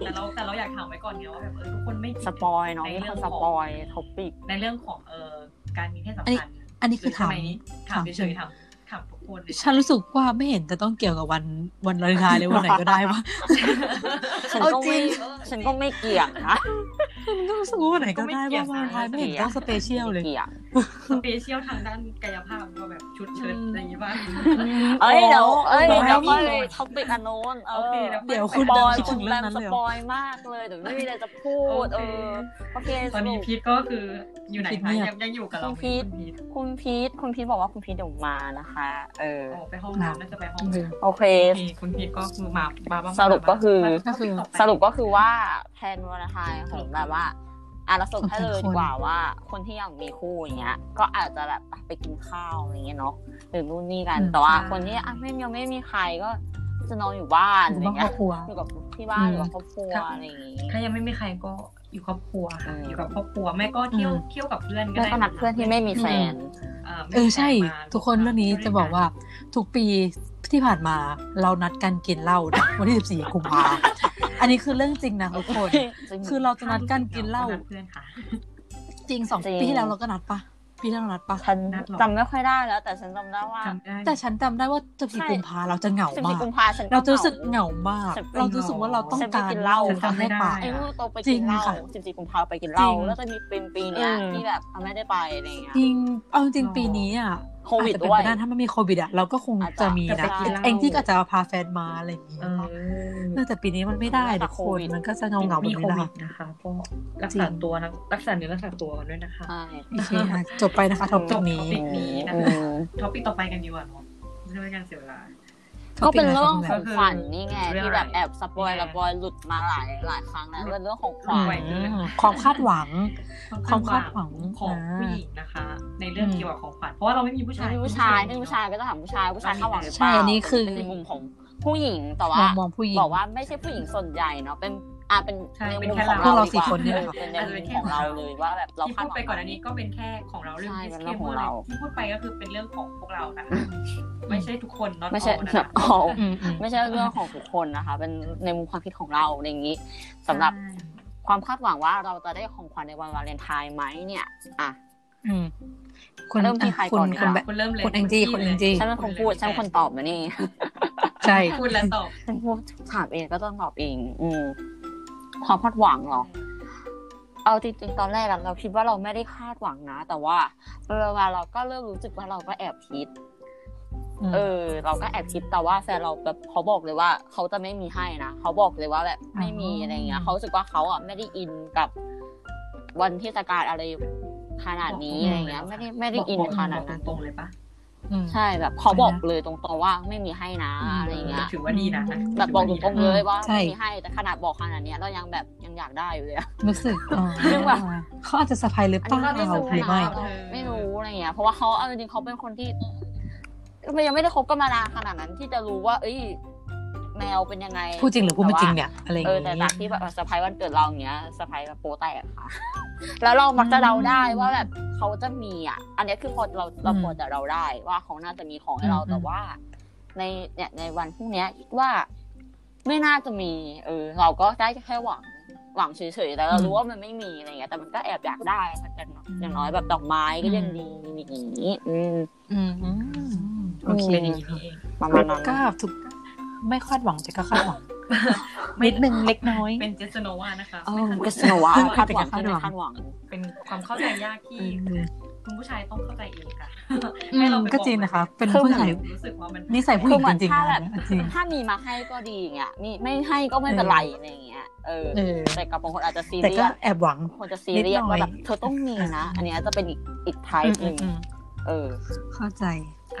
Speaker 1: แต่เราแต่เราอยากถามไว้ก่อนไงว่าแบบเออทุกคนไม่คิด
Speaker 3: สปอยเนาะนี่คือสปอยท็อปิก
Speaker 1: ในเรื่องของเออการมีเพศสัมพันธ์
Speaker 2: อันนี้คือถาม
Speaker 1: หรืทำไนี้ถามเฉยๆถามถามทุกคนเลย
Speaker 2: ฉันรู้สึกว่าไม่เห็นจะต้องเกี่ยวกับวันวันลอยทายเลยวันไหนก็ได้วะ
Speaker 3: ฉัน
Speaker 2: เอา
Speaker 3: ก็
Speaker 2: จริ
Speaker 3: ไม่
Speaker 2: ง
Speaker 1: เออ
Speaker 3: ฉันก็ไม่เกี่ยงนะ
Speaker 2: มันก็รู้สึกว่าวันไหนก็ได้ว่าวันลอยทายไม่เห็นต้องสเปเชียลเลย
Speaker 3: ไม่เกี่ยง
Speaker 1: สเปเชียลทางด้านกายภาพก็แบบชุดเชิ้ตอะไรอย่างงี้บ้าง
Speaker 3: เอ้ยเดี๋ยวเอ้ย
Speaker 2: โอ้ย
Speaker 3: เดี๋ยวค่อย
Speaker 2: โอ้ย
Speaker 3: ท็อปิกอันโน้นเอ
Speaker 1: โอ
Speaker 3: อ
Speaker 1: เคแล้ว
Speaker 2: เดี๋ยว
Speaker 3: ส
Speaker 2: คุณ
Speaker 3: ป
Speaker 2: จะ
Speaker 3: อย
Speaker 2: คิด
Speaker 3: คุ
Speaker 2: ถึ
Speaker 3: ณ
Speaker 2: ง
Speaker 3: แบ
Speaker 2: เรื่อง
Speaker 3: ม
Speaker 2: นั้น
Speaker 3: ส
Speaker 2: เลยเห
Speaker 3: ป
Speaker 2: รอ
Speaker 3: อยมากเลยเดี๋ยวไม่มีอะไรจะพูดเออโอเค
Speaker 1: ตอนนี้
Speaker 3: สรุป
Speaker 1: พีทก็คืออยู่ไหน
Speaker 2: พีท
Speaker 1: คะ
Speaker 2: เงียบ
Speaker 1: ยังยังอยู่กับเราไหม
Speaker 3: พีท
Speaker 1: คุณพีท
Speaker 3: คุณพีทคุณพีทบอกว่าคุณพีทเดี๋ยวมานะคะ เออ
Speaker 1: ออกไปห้องน้ำน่าจะไปห้องน้ำ
Speaker 3: โอเค
Speaker 1: โอเคคุณพีทก็คือมาบาบ้าง
Speaker 3: สรุปก็คือ
Speaker 1: มาบ้างมาบ้าง
Speaker 3: สรุปก็คือว่าแพลนวันไทายของแบบว่าอ่ะเราสรุปให้เลยดีกว่าว่า คนที่อยากมีคู่อย่างเงี้ย ก็อาจจะแบบอ่ะไปกินข้าวอะไรเงี้ยเนาะหรือนู่นนี่กัน
Speaker 2: อืม
Speaker 3: แต่ว่าคนที่อ่ะไม่ยังไม่มีใครก็จะนอนอยู่บ้าน
Speaker 2: อ
Speaker 3: อะไร
Speaker 2: ยู่บ้านครอ
Speaker 3: เงี้
Speaker 2: ย บครัว
Speaker 3: อยู่กับที่บ้าน
Speaker 2: อืม
Speaker 3: อยู่กับครอบครัวอะไรอย่างงี้
Speaker 1: ถ้ายังไม่มีใครก็อยู่ครอบครัวค่ะ
Speaker 3: อืม
Speaker 1: อยู่กับครอบครัวแม่ก็เที่ยว
Speaker 2: อืม
Speaker 1: เที่ยวกับเพื่อนก็
Speaker 3: แล้ว
Speaker 1: ได้
Speaker 3: ก็นัดเพื่อนที่ไม่มีแฟน
Speaker 1: เออไม่
Speaker 2: เออใช่
Speaker 1: มีแฟมา
Speaker 2: ทุกคนเรื่องนี้จะบอกว่าทุกปีที่ผ่านมาเรานัดกันกินเหล้านะวันที่ 14กุมภาอันนี้คือเรื่องจริงนะทุกคน คือเราจะนัดกันกินเหล้า
Speaker 1: นัดเพื่อนค่ะ
Speaker 2: จริงสอง
Speaker 3: จริง
Speaker 2: ปีที่แล้วเราก็นัดปะปีที่แล้วเรานัดปะ
Speaker 3: ฉัน
Speaker 1: นัดหรอ
Speaker 3: จำไม่ค่อยได้แล้ว แต่ฉันจำได้ว่า
Speaker 1: จำได้
Speaker 2: แต่ฉันจำได้ว่าจะพี
Speaker 3: ใช่
Speaker 2: กุมภาเราจะเหงา
Speaker 3: สิบ
Speaker 2: มา
Speaker 3: สี่
Speaker 2: ก
Speaker 3: กุมภาฉันก็
Speaker 2: เราจะรู้สึกเหงามาก
Speaker 3: ฉันก็
Speaker 2: เรารู้สึกว่าเราต้อง
Speaker 3: ฉันไป
Speaker 2: การ
Speaker 3: กินเหล้า
Speaker 2: ทำให้ปาก
Speaker 1: ฉันจำม่ด้
Speaker 3: ไอ้ลูกโตไป
Speaker 2: จริ
Speaker 3: กิน
Speaker 2: ง
Speaker 3: เหล้า
Speaker 2: ค่ะ
Speaker 3: สิบสี่กุมภาไปกินเหล้า
Speaker 2: จริง
Speaker 3: แล้วจะมีเป็นปีเนี้ย
Speaker 2: อืม
Speaker 3: ที่แบบอ่ะไม่ได้ไปอะไรเงี้ย
Speaker 2: จริงเอาจริงๆปีนี้อ่ะ
Speaker 3: โควิด
Speaker 2: อาจจะ
Speaker 3: ด้
Speaker 2: เป็น
Speaker 3: วย
Speaker 2: ไปได้ถ้าไม่มีโควิดอ่ะเราก็คง
Speaker 3: อาจจะ
Speaker 2: จะมี
Speaker 1: แต่
Speaker 2: นะ
Speaker 1: ไปกินเหล้า
Speaker 2: เองที่ก็อาจจะพาแฟนมาอะไรอย่างงี้
Speaker 1: เออ
Speaker 2: เนื่องจากปีนี้มันไม่ได้
Speaker 3: มันไม่ได้
Speaker 2: ทุกค
Speaker 3: โคน วิด
Speaker 2: มันก็จะเงาเงาๆแบ
Speaker 1: มี
Speaker 2: บ
Speaker 1: โค
Speaker 2: นี้
Speaker 1: วิ
Speaker 2: แหละ
Speaker 1: ดนะคะก็รัก
Speaker 2: จริ
Speaker 1: ษาง ตัวนะรักษาเนื้อรักษาตัวกันด้วยนะคะ
Speaker 3: ใช่
Speaker 2: โอเคอ่ะจบไปนะคะท็อป
Speaker 1: จบ
Speaker 2: นี้
Speaker 1: topic นี้นะคะ
Speaker 3: อืม
Speaker 1: ท็อปิกต่อไปกันดีกว่าเนาะไม่ใช่การเสียเวลา
Speaker 3: ก็เป็น
Speaker 2: topic ะไะ
Speaker 3: เรื่อง
Speaker 2: คุณแม่
Speaker 3: ของขวัญนี่ไง
Speaker 1: เรื่อง
Speaker 3: ที่แบบ
Speaker 1: อะไร
Speaker 3: แอบสปอย
Speaker 1: เนี่ย
Speaker 3: ละบอยหลุดมาหลายหลายครั้งแล้วเป็นเรื่องของขวัญ
Speaker 1: ไว้ที่ไหน
Speaker 2: ความคาดหวัง ความคาดหวัง
Speaker 1: ของผู้หญิงนะคะ ในเรื่องเกี่ยวกับของขวัญเพราะว่าเราไม่มีผู้ชาย
Speaker 3: ไม่มีผู้ชายไม่มีผู้ชายก็จะถามผู้ชายผู้ชายเข้าหวังหรือเป
Speaker 2: ใช่
Speaker 3: ล่า
Speaker 2: อันนี้คือ
Speaker 3: ในมุมของผู้หญิงแต่
Speaker 2: ม
Speaker 3: ว่า
Speaker 2: องมองผู้หญิง
Speaker 3: บอกว่าไม่ใช่ผู้หญิงส่วนใหญ่เนาะเป็นอ่ะเป็น
Speaker 1: ใช่
Speaker 3: ใน
Speaker 1: เป็น
Speaker 3: มุม
Speaker 1: แค่
Speaker 3: ของ
Speaker 1: เรา
Speaker 2: พวก
Speaker 3: เรา
Speaker 2: เรา
Speaker 3: ดี
Speaker 2: สี่คนเนี่ย
Speaker 3: เอ
Speaker 2: แหละ
Speaker 3: อ
Speaker 2: ค่ะ
Speaker 3: เป็นในมุมของเราเลยว่าแบบเรา
Speaker 1: ที่
Speaker 3: คาด
Speaker 1: พูด
Speaker 3: หวัง
Speaker 1: ไปก่อนอันนี้ก็เป็นแค่ของเราเรื่อง
Speaker 3: ใช่เป็นเรื่อง
Speaker 1: disclaimer
Speaker 3: ของเรา
Speaker 1: ที่พูดไปก็คือเป็นเรื่องของพวกเรานะคะไม่ใช่ทุกคน not
Speaker 3: ไม่ใช่
Speaker 1: all นะคะ
Speaker 3: all
Speaker 2: อืมอืม
Speaker 3: ไม่ใช่เรื่องของทุกคนนะคะ เป็นในมุมความคิดของเราอะไรอย่างนี้สำหรับ
Speaker 1: ใช่
Speaker 3: ความคาดหวังว่าเราจะได้ของขวัญในวันวาเลนไทน์ไหมเนี่ย อ่ะ
Speaker 2: อืมคุณ
Speaker 3: เริ่มที่ใครก่อน
Speaker 2: ณ
Speaker 3: ดีก
Speaker 2: คุ
Speaker 3: ว่า
Speaker 2: ณแบบ
Speaker 1: คุณเริ่มเลย
Speaker 2: คุณแองจี้คุณแองจี้
Speaker 3: ฉันเป็นคนพูดฉันเป็นคนตอบนะนี่
Speaker 2: ใช่
Speaker 1: พูดแล้วตอบ
Speaker 3: ฉันพูดถามเองก็ต้องตอบเอง อืมความคาดหวังเหรอ เอาจริงๆตอนแรกอะเราคิดว่าเราไม่ได้คาดหวังนะ แต่ว่าเวลาเราก็เริ่มรู้สึกว่าเราก็แอบคิด เออ เราก็แอบคิดแต่ว่าแฟนเราแบบเขาบอกเลยว่าเขาจะไม่มีให้นะเขาบอกเลยว่าแบบไม่มี
Speaker 2: อ๋ออ
Speaker 3: อะไรเงี้ยเขารู้สึกว่าเขาอ่ะไม่ได้อินกับวันเทศกาลอะไรขนาดนี้อะไรเงี้ย ไม่ได้ไม่ได้อินขนาดนั้น
Speaker 1: ตรงๆเลยปะ
Speaker 2: ม
Speaker 3: ใช่แบบเขาบอกเลยตรงๆว่าไม่มีให้นะอะไรเงี้ย
Speaker 1: ถือว่าดีนะ
Speaker 3: แบบบอกตรงๆเลยว่า
Speaker 2: ใช่
Speaker 3: ไม่มีให้แต่ขนาดบอกขนาดเนี้ยเรายังแบบยังอยากได้อยู่เลยอะ
Speaker 2: รู้สึกอ๋อ
Speaker 3: เรื่องว่า
Speaker 2: เขาอาจจะสะพายหรือ
Speaker 3: อัน
Speaker 2: เปล่า
Speaker 3: นี้เราไม่รู้
Speaker 2: หรือไม่
Speaker 3: นะไม่รู้อะไรเงี้ยเพราะว่าเขาเอาจริงๆเขาเป็นคนที่ มันยังไม่ได้คบกันมานานขนาดนั้นที่จะรู้ว่า เอ้ย แมวเป็นยังไง
Speaker 2: พูดจริงหรือพูดไม่จริง
Speaker 3: แต่ว่า
Speaker 2: เนี่ยอะไรอย่า
Speaker 3: เอง อ
Speaker 2: งี้
Speaker 3: แต่จากที่แบบสะพายวันเกิดเราอย่างเงี้ยสะพายแบบโปแตกค่ะ (laughs) แล้วเรามักจะเดาได้ว่าแบบเขาจะมีอ่ะ อันเนี้ยคือพอเราเรา
Speaker 2: อืม
Speaker 3: พอจะเราได้ว่าเขาน่าจะมีของให้เรา
Speaker 2: อืม
Speaker 3: แต่ว่า ในเนี่ยในวันพรุ่งเนี้ยคิดว่าไม่น่าจะมี เออ เราก็ได้แค่หวังหวังเฉยๆแต่เรารู้ว่ามันไม่มีอะไรเงี้ยแต่มันก็แอบอยากได้เหมือนกันเนอะอย่างน้อยแบบดอกไม้ก็ยังดีอย่างนี้อืม
Speaker 2: อืมอืมโอเค
Speaker 1: เป็นอย่างนี้นี่เอง
Speaker 3: ประมาณนั้น
Speaker 2: ก็ถูกไม่คาดหวังแต่ก็คาดหวังนิดนึงเล็กน้อย
Speaker 1: เป็นเจสโนวานะคะ
Speaker 3: เอ
Speaker 1: ไม่
Speaker 3: อ
Speaker 1: ทัน
Speaker 3: ก็สนว่าคาดหวัง
Speaker 2: คาดหวัง
Speaker 3: คาดหวัง
Speaker 1: เป็นความเข้าใจยากที่ คุณผู้ชายต้องเข้าใจเองค่ะ
Speaker 2: อืม
Speaker 1: ให้เราไป
Speaker 2: ก็จริงนะคะ
Speaker 1: อก
Speaker 2: เป็น
Speaker 1: ขา
Speaker 2: ผู้ชาย
Speaker 1: รู้สึกว่ามัน
Speaker 2: นิสัยผู้หญิงจริงๆ
Speaker 3: คือเหมือนถ้าแบ
Speaker 2: นะ
Speaker 3: บ
Speaker 2: จริง
Speaker 3: ถ้ามีมาให้ก็ดีอย่างเงี้ยมีไม่ให้ก็ไม่เป็นไรอะไรอย่างเงี้ยเออ
Speaker 2: เออ
Speaker 3: แต่กับบางคนอาจจะซี
Speaker 2: แต่
Speaker 3: เรี
Speaker 2: ก็
Speaker 3: ยส
Speaker 2: แอบหวัง
Speaker 3: คนจะซีเรียส
Speaker 2: นิดหน่อย
Speaker 3: ว่าแบบเธอต้องมีนะ อันเนี้ยจะเป็นอีกอีกไท
Speaker 2: อืม
Speaker 3: ป์หนึ่ง
Speaker 2: อืม
Speaker 3: เออ
Speaker 2: เข้าใจ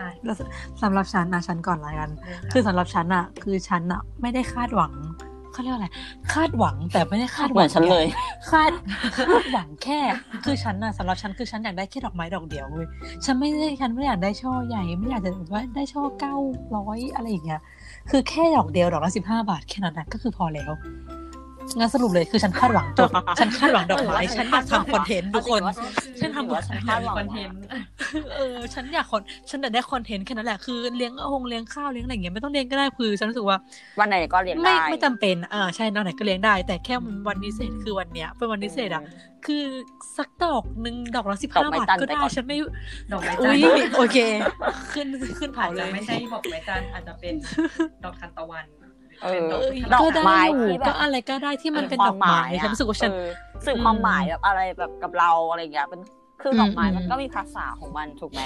Speaker 1: อ่ะ
Speaker 2: แล้วสำหรับฉันนะฉันก่อนละกัน คือสำหรับฉันอะคือฉันอะไม่ได้คาดหวังเขาเรียกว่าอะไร คาดหวังแต่ไม่ได้คาดห
Speaker 3: เห
Speaker 2: วั
Speaker 3: มื
Speaker 2: ง
Speaker 3: อนฉันเลย
Speaker 2: คาดคาดหวังแค่ คือฉันอะสำหรับฉันคือฉันอยากได้แค่ดอกไม้ดอกเดียวเว้ยฉันไม่ได้ฉันไม่อยากได้ช่อใหญ่ไม่อยากจะแบบว่าได้ช่อเก้าร้อยอะไรอย่างเงี้ยคือแค่ดอกเดียวดอกละสิบห้าบาทแค่นั้นนะก็คือพอแล้วงั้นสรุปเลยคือฉันคาดหวังจ
Speaker 3: (laughs)
Speaker 2: บฉันคาดหวังดอกไม้ฉันอยากทำคอนเทนต์ทุกคน
Speaker 3: เอาจริง
Speaker 2: ฉันทำ
Speaker 3: ว่าฉันคาดหวัง
Speaker 1: คอนเทนต์
Speaker 2: เออฉันอยากคอนฉันอยากได้คอนเทนต์แค่นั้นแหละคือเลี้ยงอาหงเลี้ยงข้าวเลี้ยงอะไรอย่างเงี้ยไม่ต้องเลี้ยงก็ได้คือฉันรู้สึกว่า
Speaker 3: วันไหนก็เรียน
Speaker 2: ไม่
Speaker 3: ได้
Speaker 2: ไม่จำเป็น อ่าใช่นอกไหนก็เลี้ยงได้ แต่แค่มันวันพิเศษคือวันเนี้ย เป็นวันพิเศษอ่ะ คือสักดอกหนึ่งดอกละสิบห้าบาทก็ได้ ฉันไม่
Speaker 1: ดอกไม้จั
Speaker 2: อุ้
Speaker 1: นท
Speaker 2: ย
Speaker 1: ร์
Speaker 2: โอเค ขึ้นขึ้น
Speaker 1: อา
Speaker 2: เผา
Speaker 1: จ
Speaker 2: เล
Speaker 1: จะ
Speaker 2: ย
Speaker 1: ไม่ใช่ดอกไม้จันทร์อาจจะเป็นดอกทานตะวัน
Speaker 3: เอ
Speaker 1: ป็น
Speaker 3: อ
Speaker 1: ดอกทาน
Speaker 2: ด
Speaker 1: ตะ
Speaker 2: อ
Speaker 1: วัน
Speaker 2: กไม้
Speaker 3: ที่แบบ
Speaker 2: ก็อะไรก็ได้ที่มันเป็นดอกไม้ฉันรู้สึกว่าฉัน
Speaker 3: เออสื่อความหมายแบบอะไรแบบกับเราอะไรอย่างเงี้ยเป็นคือดอกไม้
Speaker 2: อืม
Speaker 3: มันก็มีภาษาของมันถูกไหม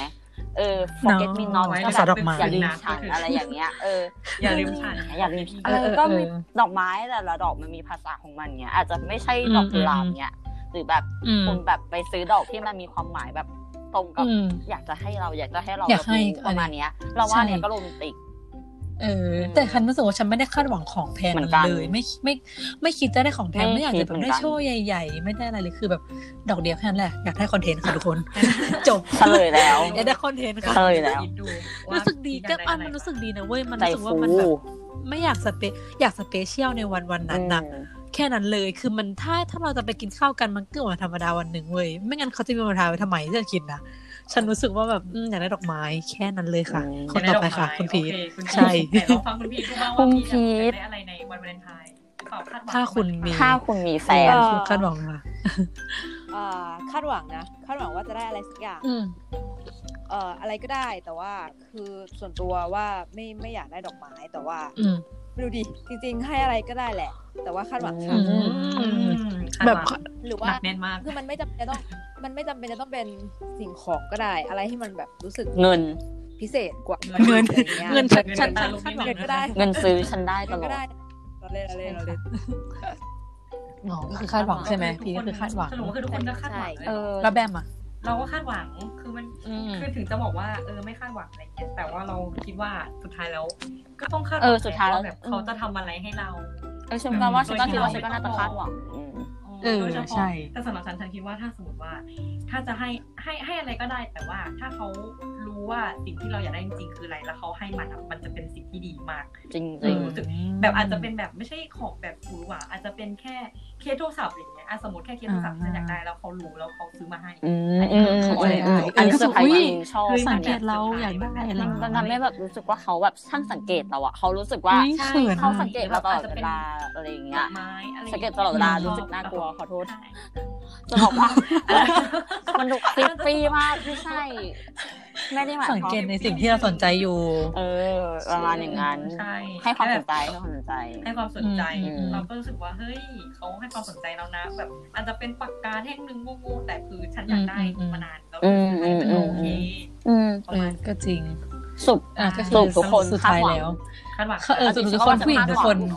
Speaker 3: เออ forget me not
Speaker 1: น้อย
Speaker 3: ก็
Speaker 1: ภาษา
Speaker 3: แบ
Speaker 1: ด
Speaker 3: บอก
Speaker 1: ไม้
Speaker 3: อย่าลืมฉันอะไรอย่างเงี้ยเออ
Speaker 1: อย่าลืมฉัน
Speaker 3: อย่าลืม
Speaker 2: เอ
Speaker 3: เอ
Speaker 2: อ
Speaker 3: อ
Speaker 2: เออ
Speaker 3: ก็
Speaker 2: เออ
Speaker 3: มีดอกไม้แต่ละดอกมันมีภาษาของมันเนี้ย อาจจะไม่ใช่ดอก
Speaker 2: อืม
Speaker 3: กุหลาบ
Speaker 2: อืม
Speaker 3: เนี้ยหรือแบบ
Speaker 2: อืม
Speaker 3: คุณแบบไปซื้อดอกที่มันมีความหมายแบบตรงกับ
Speaker 2: อืม
Speaker 3: อยากจะให้เราอยากจะให้เรา
Speaker 2: อยากให้
Speaker 3: แบบนี้ประมาณเนี้ย เราว่า
Speaker 2: ใช่
Speaker 3: เนี่ยก็โรแมนติก
Speaker 2: เออ แต่ฉันรู้สึกว่าฉันไม่ได้คาดหวังของแพง
Speaker 3: เหมือนกัน
Speaker 2: เลยไม่ไม่ไม่คิดจะได้ของแพง
Speaker 3: ไม่
Speaker 2: ไม่อยาก
Speaker 3: คิ
Speaker 2: จะ
Speaker 3: ด
Speaker 2: แบบ
Speaker 3: เหมือนกัน
Speaker 2: ได้โชว์ใหญ่ๆ ไม่ได้อะไรเลยคือแบบดอกเดียวแค่นั้นแหละอยากได้คอนเทนต์ค่ะทุ
Speaker 3: (laughs)
Speaker 2: กคน จบ
Speaker 3: เฉลยแล้ว
Speaker 2: อยากได้คอนเทนต์ค่ะ
Speaker 3: เออแล้ว
Speaker 1: คิดดูว่า
Speaker 2: รู้สึกดีก็
Speaker 1: ที่
Speaker 2: อ่ะ
Speaker 1: ยาได้
Speaker 2: มัน
Speaker 1: อะไ
Speaker 2: รู้สึกดีนะเว้ยมัน
Speaker 3: ใจ
Speaker 2: รู้สึกว่า
Speaker 3: ฟู
Speaker 2: มันแบบไม่อยากสเปอยากสเปเชียลในวันวันนั้นนะ
Speaker 3: อืม
Speaker 2: แค่นั้นเลยคือมันถ้าถ้าเราจะไปกินข้าวกันมันก็เหมือนธรรมดาวันหนึ่งเว้ยไม่งั้นเขาจะมีวันทาไว้ทำไมที่จะคิดนะฉันรู้สึกว่าแบบอืมอยากได้ดอกไม้แค่นั้นเลยค่ะ
Speaker 1: อ
Speaker 2: ค
Speaker 1: ยาน กด้
Speaker 2: ต่อ
Speaker 1: ดก
Speaker 2: ไป
Speaker 1: ม้
Speaker 2: ค่ะคุณพีท
Speaker 1: โอเคุณพีทไห
Speaker 2: ใช่
Speaker 1: นลองฟังคุณพีทดูบ้างว่าพีทอยากได้อะไรในวันวาเลนไทน์ตอบคาดหวัง
Speaker 2: ถ้าคุณมี
Speaker 3: ถ้าคุณมีแฟน
Speaker 4: เออ
Speaker 2: คุณคาดหวังมา
Speaker 4: เอ่อคาดหวังนะคาดหวังว่าจะได้อะไรสักอย่าง
Speaker 2: อืม
Speaker 4: เอ่ออะไรก็ได้แต่ว่าคือส่วนตัวว่าไม่ไม่อยากได้ดอกไม้แต่ว่า
Speaker 2: อืม
Speaker 4: ไม่รู้ดิจริง ๆ ให้อะไรก็ได้แหละ แต่ว่าคาดหวัง
Speaker 3: อื
Speaker 4: ค่ะ
Speaker 2: อืม
Speaker 1: แบ
Speaker 2: แบบ บ
Speaker 4: หรือ
Speaker 1: ห
Speaker 4: ว่า
Speaker 1: นักแน่นมาก
Speaker 4: คือมันไม่จำเป็นต้อง มันไม่จำเป็นจะต้องเป็นสิ่งของก็ได้ อะไรที่มันแบบรู้สึก
Speaker 3: เงิน
Speaker 4: พิเศษกว่า
Speaker 2: เงิน
Speaker 4: อะไรอย่า
Speaker 2: เงิน
Speaker 1: เงิ
Speaker 2: ฉั
Speaker 1: น
Speaker 2: นฉัน
Speaker 1: เงิน
Speaker 2: ฉันคาดหวัง
Speaker 4: เงินก็ได้
Speaker 3: เงินซื้อฉันได้ต
Speaker 4: เงิ
Speaker 3: ลอ
Speaker 4: นก็
Speaker 3: ด
Speaker 4: ได้เราเล่นเราเล่นเราเล่น
Speaker 2: อ๋อก็คือคาดหวังใช่ไหมพีทก็คือคาดหวัง
Speaker 1: สรุปก็คือทุกคนก็คาดหวังเลย
Speaker 3: เออ
Speaker 2: แล้วแบมอ่ะ
Speaker 1: เราก็คาดหวังคือมัน
Speaker 2: อืม
Speaker 1: คือถึงจะบอกว่าเออไม่คาดหวังอะไรเงี้ยแต่ว่าเราคิดว่าสุดท้ายแล้ว ก็ต้องคาดหวั
Speaker 3: เอง อสุดท้ายแล้ว
Speaker 1: ว่แบบเขาจะทำอะไรให้เรา
Speaker 3: เออฉันก็ว่าฉันก็คิดว่าฉันก็น่าจะคาดหวังอืม
Speaker 2: เออ
Speaker 1: โดยเฉ
Speaker 2: ใช่
Speaker 1: พาะแต่สำหรับฉันฉันคิดว่าถ้าสมมติว่า ถ้าจะให้ให้ให้อะไรก็ได้ แต่ว่าถ้าเขารู้ว่าสิ่งที่เราอยากได้จริงๆคืออะไร แล้วเขาให้มันอะมันจะเป็นสิ่งที่ดีมาก
Speaker 3: จริง
Speaker 1: เอ
Speaker 3: จริง
Speaker 1: อ แบบอาจจะเป็นแบบไม่ใช่ของแบบหรูหราอาจจะเป็นแค่เคสโทรศัพท์อะไรอย่างเงี้ยอ่ะสมมติแค่เคสโทรศัพท์
Speaker 2: อ่า
Speaker 1: ฉันอยากได้แล้วเขารู้แล้วเขาซื้อมาให้
Speaker 3: อืมอืมอืมอืมอืม
Speaker 2: อันนี้ก็
Speaker 3: เซ
Speaker 2: จะ
Speaker 3: ร์ไพร
Speaker 2: อุ๊
Speaker 3: ส์
Speaker 2: ย
Speaker 3: มันชอบ
Speaker 1: คือ
Speaker 2: สังเกตเราอยากได้อะไรอย่าง
Speaker 3: มัน
Speaker 2: เงี้ย
Speaker 3: ทำให้แบบรู้สึกว่าเขาแบบช่างสังเกตเราอะเขารู้สึกว่า
Speaker 2: อุ๊ยเขินอะ
Speaker 3: เขาสังเกตเราตลอดเวลาอะไรอย่างเงี้ย
Speaker 1: ไม้อะไร
Speaker 3: สังเกตตลอดเวลารู้สึกน่ากลัวขอโทษ
Speaker 1: ใช่
Speaker 3: จะบอกว่า (laughs) มันดูคลิปปี้มากไม่ใช่ ไม่ได้หมาย
Speaker 2: สัง
Speaker 3: ความ
Speaker 2: เกตในสิ่งที่เราสนใจอยู่
Speaker 3: เออประมาณอย่างนั้น
Speaker 1: ใช่
Speaker 3: ให้ความสนใจให้ความสนใจ
Speaker 1: ให้ความสนใจ
Speaker 3: อืม
Speaker 1: เราก็รู้สึกว่าเฮ้ยเขาให้ความสนใจเรานะ แบบอาจจะเป็นปากกาแท่งหนึ่งงูๆแต่คือฉันอยากได้
Speaker 2: อืม
Speaker 1: มานานแล้ว
Speaker 3: อืม
Speaker 1: ฉั
Speaker 3: อื
Speaker 1: น
Speaker 3: ม
Speaker 1: เป็น
Speaker 3: อืม
Speaker 1: โอเค
Speaker 3: อืมอืม
Speaker 1: ประมาณ
Speaker 2: ก็จริง
Speaker 3: สุด
Speaker 2: อ่ะก็
Speaker 3: ส
Speaker 2: คื
Speaker 3: รุ
Speaker 2: อ
Speaker 3: ปทุกคน
Speaker 2: สุดท้าย
Speaker 3: คาดหวัง
Speaker 2: แล้ว
Speaker 1: คาดหวัง
Speaker 2: เออ
Speaker 1: คาดหวัง
Speaker 2: สรุปทุกคน
Speaker 1: คาดหวั
Speaker 2: ผู้หญิงทุกคน
Speaker 1: เอ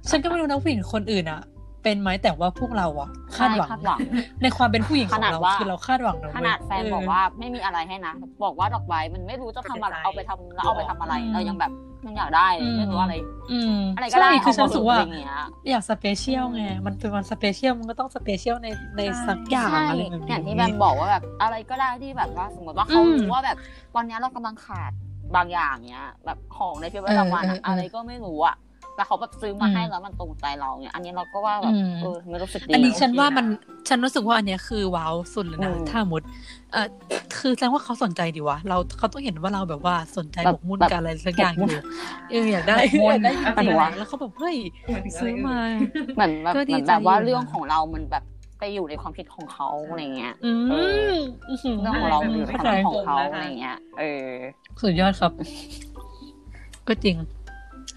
Speaker 1: ะ
Speaker 2: ฉันก็ไม่รู้นะผู้หญิงคนอื่นอะเป็นไหมแต่ว่าพวกเราอะคาดหวัง
Speaker 3: คาดหวัง
Speaker 2: ในความเป็นผู้หญิงของ
Speaker 3: ขนา
Speaker 2: เรา
Speaker 3: ดว่า
Speaker 2: คือเราคาดหวังะ
Speaker 3: ขนาดแฟน
Speaker 2: เ
Speaker 3: บอกว่าไม่มีอะไรให้นะ บอกว่าดอกไม้มันไม่รู้จะทำอะไรเอาไปทำแล้วเอาไปทำอะไรเรายังแบบมันอยากได้เลยไม่รู้อะไร
Speaker 2: อืม
Speaker 3: อะไรก็ได้
Speaker 2: ใช่คือฉันรู้
Speaker 3: เามา
Speaker 2: สึกว่า
Speaker 3: อะไรเงี้ย
Speaker 2: อยากสเปเชียลไง มันเป็นวันสเปเชียลมันก็ต้องสเปเชียลในในสักอย่าง
Speaker 3: ใช่
Speaker 2: อะไรแบบนี้
Speaker 3: อย่างที่แบมบอกว่าแบบอะไรก็ได้ที่แบบว่า สมมติว่าเขา
Speaker 2: อืม
Speaker 3: รู้ว่าแบบตอนเนี้ยเรากำลังขาด บางอย่างเนี้ย แบบของในชีวิตประจำวันอะ
Speaker 2: เออเออเอออ
Speaker 3: อะไรก็ไม่รู้อะแต่เขาแบบซื้อมา
Speaker 2: อืม
Speaker 3: ให้แล้วมันตรงใจเราเนี่ย อันนี้เราก็ว่าแบบ
Speaker 2: อืม
Speaker 3: เออไม่รู้สึกดี
Speaker 2: อันนี้ฉัน
Speaker 1: โอเค
Speaker 2: ว่ามัน
Speaker 1: นะ
Speaker 2: ฉันรู้สึกว่าอันเนี้ยคือว้าวสุดเลยนะ
Speaker 3: อืม
Speaker 2: ถ้าหมดเออคือแสดงว่าเขาสนใจดีวะเราเขาต้องเห็นว่าเราแบบว่าสนใจหมกมุ่นกับอะไรสักอย่างอยู่เอออยากได้
Speaker 3: หมกมุ่น
Speaker 2: อยาก
Speaker 1: อะไร
Speaker 2: ได้อะไรวะแล้วเขาแบบเฮ้ย
Speaker 1: หมายถึงะไร
Speaker 2: ซื้อ
Speaker 1: เย
Speaker 2: มา
Speaker 3: เหมือนแบบ
Speaker 2: ก็ดี
Speaker 3: เหมือน
Speaker 2: ใจ
Speaker 3: แบบว่า
Speaker 2: อยู่นะ
Speaker 3: เรื่องของเรามันแบบไปอยู่ในความคิดของเขาอะไรเงี้ย
Speaker 2: อื
Speaker 3: เอ
Speaker 2: ม
Speaker 3: เรื่องของเรามันอยู่ใน
Speaker 2: เข้าใจ
Speaker 3: ความคิดของเขา
Speaker 1: เข้าใจ
Speaker 3: อะไรเงี้ย เออ
Speaker 2: สุดยอดครับ ก็จริง